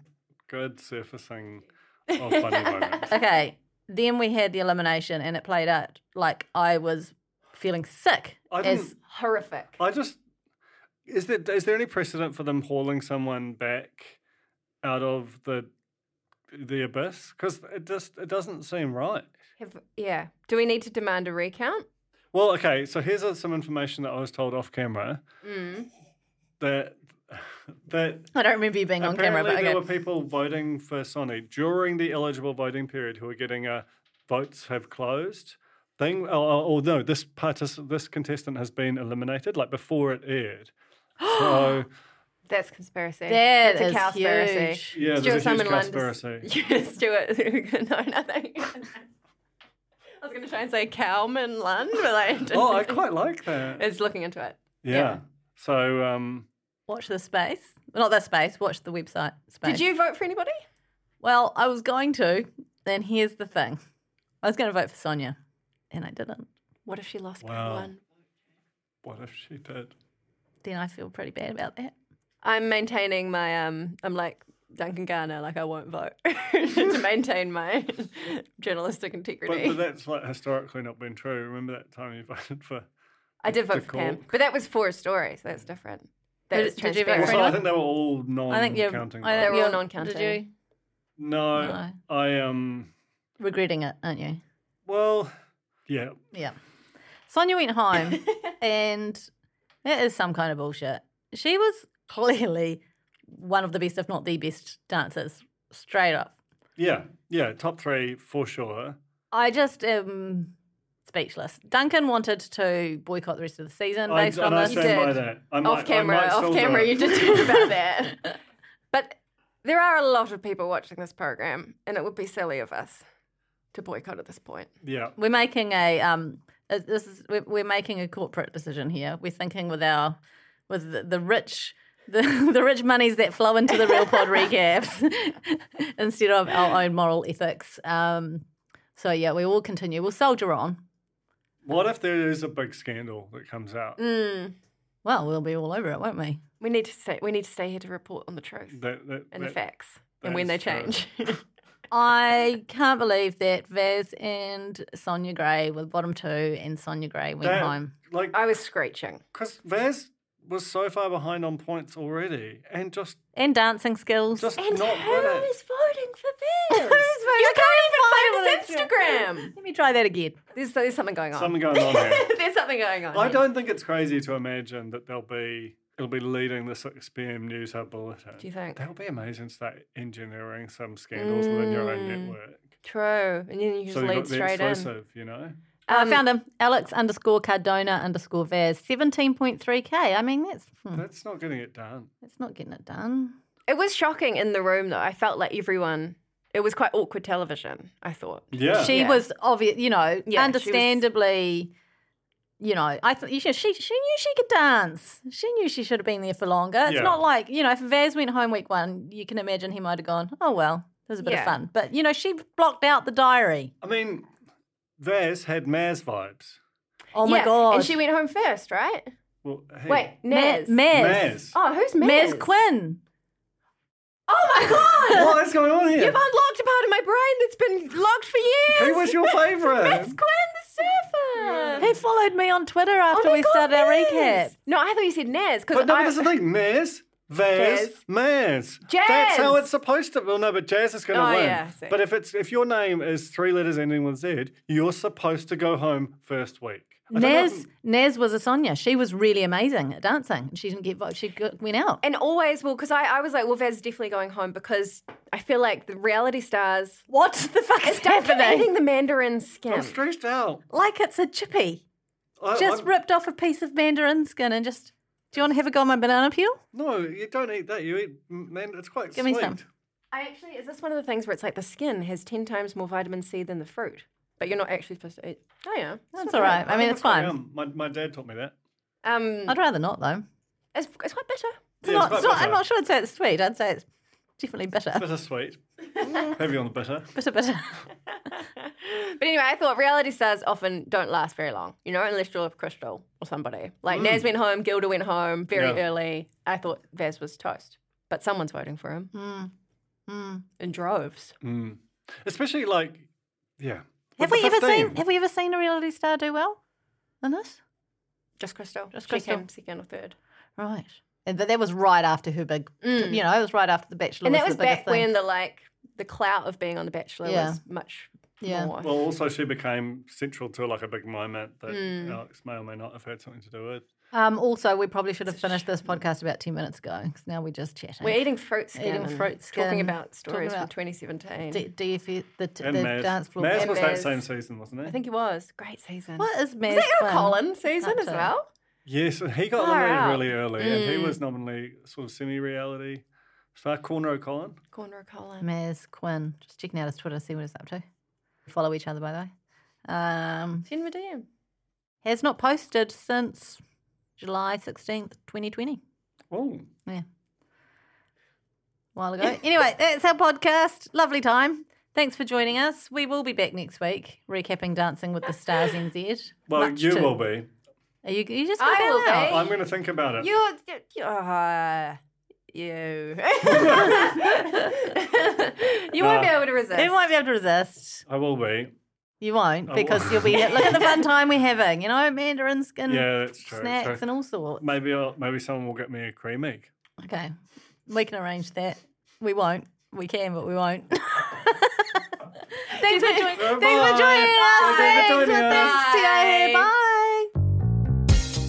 Speaker 3: good surfacing of funny moments.
Speaker 5: Okay. Then we had the elimination, and it played out like I was feeling sick.
Speaker 3: I
Speaker 5: as
Speaker 3: didn't-
Speaker 4: Horrific.
Speaker 3: I just is there is there any precedent for them hauling someone back out of the the abyss? Because it just it doesn't seem right.
Speaker 4: Have, yeah. Do we need to demand a recount?
Speaker 3: Well, okay, so here's uh, some information that I was told off camera
Speaker 5: Mm.
Speaker 3: that that
Speaker 5: I don't remember you being on camera,
Speaker 3: apparently
Speaker 5: but okay.
Speaker 3: there were people voting for Sonny during the eligible voting period who were getting a votes have closed thing. Or, or, or no, this partic- this contestant has been eliminated like before it aired. So
Speaker 4: That's conspiracy.
Speaker 5: That
Speaker 4: That's
Speaker 5: is
Speaker 4: a cowspiracy.
Speaker 5: huge.
Speaker 3: yeah,
Speaker 4: Stuart
Speaker 3: there's a huge
Speaker 4: Simon Lund is-
Speaker 3: conspiracy.
Speaker 4: Yeah, Stuart. no, nothing. I was going to try and say Cowman Lund, but I didn't.
Speaker 3: Oh, I quite like that.
Speaker 4: It's looking into it.
Speaker 3: Yeah. So um,
Speaker 5: Watch the space. Not the space. Watch the website space.
Speaker 4: Did you vote for anybody?
Speaker 5: Well, I was going to. Then here's the thing. I was going to vote for Sonia, and I didn't.
Speaker 4: What if she lost by
Speaker 3: Wow.
Speaker 4: one?
Speaker 3: what if she did?
Speaker 5: Then I feel pretty bad about that.
Speaker 4: I'm maintaining my um. I'm like Duncan Garner. Like I won't vote to maintain my journalistic
Speaker 3: But,
Speaker 4: integrity.
Speaker 3: but that's like historically not been true. Remember that time you voted for?
Speaker 4: I did
Speaker 3: the
Speaker 4: vote for him,
Speaker 3: cork.
Speaker 4: but that was for a story, so that's different. That
Speaker 5: Did-
Speaker 4: is
Speaker 5: did you vote for
Speaker 4: transparent.
Speaker 3: Also,
Speaker 5: anyone?
Speaker 3: I think they were all non
Speaker 5: I think you're.
Speaker 3: counting.
Speaker 5: I think
Speaker 4: They're all
Speaker 5: you're-
Speaker 4: non-counting.
Speaker 5: Did you
Speaker 3: no,
Speaker 5: No.
Speaker 3: I um.
Speaker 5: regretting it? Aren't you?
Speaker 3: Well, yeah.
Speaker 5: Yeah. Sonia went home, and that is some kind of bullshit. She was clearly one of the best, if not the best, dancers, straight up.
Speaker 3: Yeah, yeah, top three for sure.
Speaker 5: I just am speechless. Duncan wanted to boycott the rest of the season
Speaker 3: I,
Speaker 5: based
Speaker 3: and
Speaker 5: on
Speaker 3: I
Speaker 5: this.
Speaker 3: stand by that. I might, I
Speaker 4: off camera,
Speaker 3: might still
Speaker 4: off
Speaker 3: do
Speaker 4: camera,
Speaker 3: it.
Speaker 4: you did talk about that. But there are a lot of people watching this program, and it would be silly of us to boycott at this point.
Speaker 3: Yeah,
Speaker 5: We're making a um. uh, This is we're, we're making a corporate decision here. We're thinking with our with the, the rich. The, the rich monies that flow into the real pod recaps instead of our own moral ethics. Um, so yeah, we will continue. We'll soldier on.
Speaker 3: what if there is a big scandal that comes out
Speaker 5: Well, we'll be all over it, won't we?
Speaker 4: We need to stay. We need to stay here to report on the truth
Speaker 3: that, that,
Speaker 4: and the
Speaker 3: that-
Speaker 4: facts,
Speaker 3: that
Speaker 4: and when they
Speaker 3: is true.
Speaker 4: change.
Speaker 5: I can't believe that Vaz and Sonia Gray were the bottom two, and Sonia Gray went
Speaker 3: that-
Speaker 5: home.
Speaker 3: Like,
Speaker 4: I was screeching.
Speaker 3: because Vaz was so far behind on points already, and just
Speaker 5: And dancing skills.
Speaker 3: just not good at.
Speaker 4: voting for this?
Speaker 5: You
Speaker 4: you
Speaker 5: can't
Speaker 4: can't even find his Instagram.
Speaker 5: Let me try that again.
Speaker 4: There's, there's something going on.
Speaker 3: Something going on here.
Speaker 4: there's something going on.
Speaker 3: I
Speaker 4: here.
Speaker 3: don't think it's crazy to imagine that they'll be it'll be leading the 6 p.m. news hub bulletin.
Speaker 4: Do you think?
Speaker 3: That would be amazing to start engineering some scandals within your own network.
Speaker 4: True, and then Mm. you just
Speaker 3: So you've
Speaker 4: lead
Speaker 3: got the
Speaker 4: straight in.
Speaker 3: exclusive, you know?
Speaker 5: Oh,
Speaker 4: Um,
Speaker 5: I found him. Alex underscore Cardona underscore Vaz. 17.3K. I mean, that's, hmm,
Speaker 3: That's not getting it done.
Speaker 5: that's not getting it done.
Speaker 4: It was shocking in the room, though. I felt like everyone. It was quite awkward television. I thought.
Speaker 3: Yeah.
Speaker 5: She
Speaker 4: Oh, Yeah.
Speaker 5: was obvious, you know,
Speaker 4: Yeah, she was-
Speaker 5: understandably you know, I th- you should, she she knew she could dance. She knew she should have been there for longer. It's
Speaker 3: Yeah.
Speaker 5: not like you know, if Vaz went home week one, you can imagine he might have gone, oh well, it was a bit
Speaker 4: Yeah.
Speaker 5: of fun. But you know, she blocked out the diary.
Speaker 3: I mean, Vaz had Maz vibes.
Speaker 5: Oh my god!
Speaker 4: And she went home first, right?
Speaker 3: Well, hey,
Speaker 4: Wait,
Speaker 5: Ma-
Speaker 4: Nez.
Speaker 5: Maz.
Speaker 3: Maz.
Speaker 4: Oh, who's Mez?
Speaker 5: Maz Quinn.
Speaker 4: Oh my god!
Speaker 3: What is going on here?
Speaker 4: You've unlocked a part of my brain that's been locked for years.
Speaker 3: Who was your
Speaker 4: Mez
Speaker 3: favourite?
Speaker 4: Quinn the surfer.
Speaker 5: He followed me on Twitter
Speaker 4: Oh
Speaker 5: after
Speaker 4: my
Speaker 5: we
Speaker 4: God,
Speaker 5: started our
Speaker 4: Nez.
Speaker 5: recap.
Speaker 4: No, I thought you said Nez because
Speaker 3: But no, but
Speaker 4: I.
Speaker 3: that's the thing. Maz, Vaz, Maz. That's how
Speaker 4: Jazz.
Speaker 3: it's supposed to. Well, no, but Jazz is going to
Speaker 4: Oh,
Speaker 3: win.
Speaker 4: yeah, I see.
Speaker 3: But if it's if your name is three letters ending with Z, you're supposed to go home first week. I don't know if-
Speaker 5: Nez, Nez was a Sonia. She was really amazing at dancing. She didn't get voted. She got, went out.
Speaker 4: and always will because I, I was like, well, Vaz is definitely going home because I feel like the reality stars
Speaker 5: What the fuck is
Speaker 4: start
Speaker 5: happening?
Speaker 4: committing the Mandarin scam.
Speaker 3: I'm stretched out.
Speaker 5: Like it's a chippy.
Speaker 3: I,
Speaker 5: just
Speaker 3: I'm-
Speaker 5: ripped off a piece of mandarin skin and just. Do you want to have a go on my banana peel?
Speaker 3: No, you don't eat that. You eat man. It's quite
Speaker 5: Give me
Speaker 3: sweet.
Speaker 5: some.
Speaker 4: I actually is this one of the things where it's like the skin has ten times more vitamin C than the fruit, but you're not actually supposed to eat. Oh yeah,
Speaker 5: That's all right. I mean, it's
Speaker 3: quite
Speaker 5: fine.
Speaker 3: yum. My, my dad taught me that.
Speaker 4: um,
Speaker 5: I'd rather not though.
Speaker 4: it's, it's quite bitter.
Speaker 5: It's
Speaker 3: Yeah,
Speaker 5: not,
Speaker 3: it's
Speaker 5: it's
Speaker 3: quite
Speaker 5: not, I'm
Speaker 3: bitter.
Speaker 5: not sure I'd say it's sweet. I'd say it's definitely bitter.
Speaker 3: Bittersweet. Heavy on the bitter.
Speaker 5: Bitter, bitter.
Speaker 4: But anyway, I thought reality stars often don't last very long, you know, unless you're with Crystal or somebody.
Speaker 5: Mm.
Speaker 4: Like Naz went home, Gilda went home very
Speaker 3: Yeah.
Speaker 4: early. I thought Vaz was toast, but someone's voting for him
Speaker 5: Mm.
Speaker 4: in droves.
Speaker 3: Mm. Especially like, yeah. With
Speaker 5: Have we
Speaker 3: the
Speaker 5: ever
Speaker 3: 15.
Speaker 5: seen? Have we ever seen a reality star do well? In this,
Speaker 4: Just Crystal.
Speaker 5: Just
Speaker 4: she
Speaker 5: Crystal.
Speaker 4: came second or third.
Speaker 5: right? And th- that was right after her big. You know, it was right after the Bachelor.
Speaker 4: Mm. And that
Speaker 5: the
Speaker 4: was
Speaker 5: biggest
Speaker 4: back
Speaker 5: thing.
Speaker 4: when the like the clout of being on The Bachelor
Speaker 5: Yeah.
Speaker 4: was much
Speaker 5: Yeah.
Speaker 4: more.
Speaker 3: Well, also she became central to like a big moment that Alex may or may not have had something to do with.
Speaker 5: Um, also, we probably should have finished this podcast about ten minutes ago because now we're just chatting.
Speaker 4: We're eating fruit skin.
Speaker 5: Eating
Speaker 4: and
Speaker 5: fruit skin,
Speaker 4: Talking about stories
Speaker 5: talking about-
Speaker 4: from 2017.
Speaker 5: D- DF, the, t- the
Speaker 3: And Maz.
Speaker 5: dance floor.
Speaker 3: Maz
Speaker 4: And
Speaker 3: was
Speaker 4: Maz.
Speaker 3: that same season, wasn't it?
Speaker 4: I think it was. Great season.
Speaker 5: What is
Speaker 4: Was
Speaker 5: Maz?
Speaker 4: that your
Speaker 5: Quinn?
Speaker 4: Colin season
Speaker 5: up
Speaker 4: as
Speaker 5: to?
Speaker 4: well?
Speaker 3: Yes, he got
Speaker 4: Far
Speaker 3: eliminated
Speaker 4: out.
Speaker 3: really early, and he was nominally sort of semi-reality star corner O'Colin.
Speaker 4: Corner of Colin.
Speaker 5: Maz Quinn. Just checking out his Twitter, see what it's up to. Follow each other, by the way. Um,
Speaker 4: Send him a DM.
Speaker 5: has not posted since July 16th, 2020.
Speaker 3: Oh,
Speaker 5: Yeah. while ago. anyway, that's our podcast. Lovely time. Thanks for joining us. We will be back next week recapping Dancing with the Stars NZ.
Speaker 3: well,
Speaker 5: Much
Speaker 3: you
Speaker 5: to-
Speaker 3: will be.
Speaker 5: Are you, you just
Speaker 4: I
Speaker 5: going
Speaker 4: will
Speaker 5: out?
Speaker 4: be.
Speaker 3: I'm going to think about it.
Speaker 4: You, you, uh, you. you won't be
Speaker 3: Nah.
Speaker 4: able to resist.
Speaker 5: You won't be able to resist. Oh,
Speaker 3: I will be.
Speaker 5: You won't
Speaker 3: I
Speaker 5: because
Speaker 3: won't.
Speaker 5: you'll be. Look at the fun time we're having. You know, mandarin skin
Speaker 3: Yeah, that's true.
Speaker 5: snacks
Speaker 3: So
Speaker 5: and all sorts.
Speaker 3: maybe I'll, maybe someone will get me a cream egg.
Speaker 5: Okay. We can arrange that. We won't. We can, but we won't. thanks, for joining, thanks for joining
Speaker 3: Bye.
Speaker 5: us. Thanks
Speaker 3: Thanks for joining
Speaker 5: thanks
Speaker 3: us.
Speaker 5: to Bye. Bye.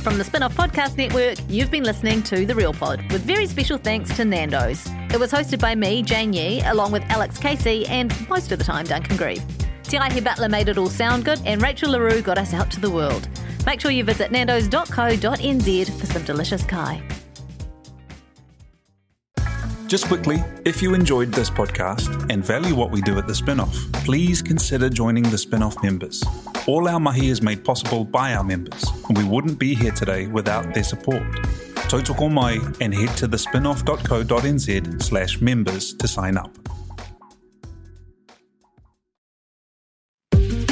Speaker 6: From the Spinoff Podcast Network, you've been listening to The Real Pod with very special thanks to Nando's. It was hosted by me, Jane Yee, along with Alex Casey and most of the time Duncan Grieve. Tiahi Butler made it all sound good and Rachel LaRue got us out to the world. Make sure you visit nandos.co.nz for some delicious Kai.
Speaker 1: Just quickly, if you enjoyed this podcast and value what we do at The Spinoff, please consider joining The Spinoff members. All our mahi is made possible by our members, and we wouldn't be here today without their support. Totoko mai and head to thespinoff.co.nz slash members to sign up.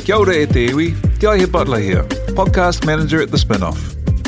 Speaker 1: Kia ora e te iwi, Te Aihe Butler here, podcast manager at The Spinoff.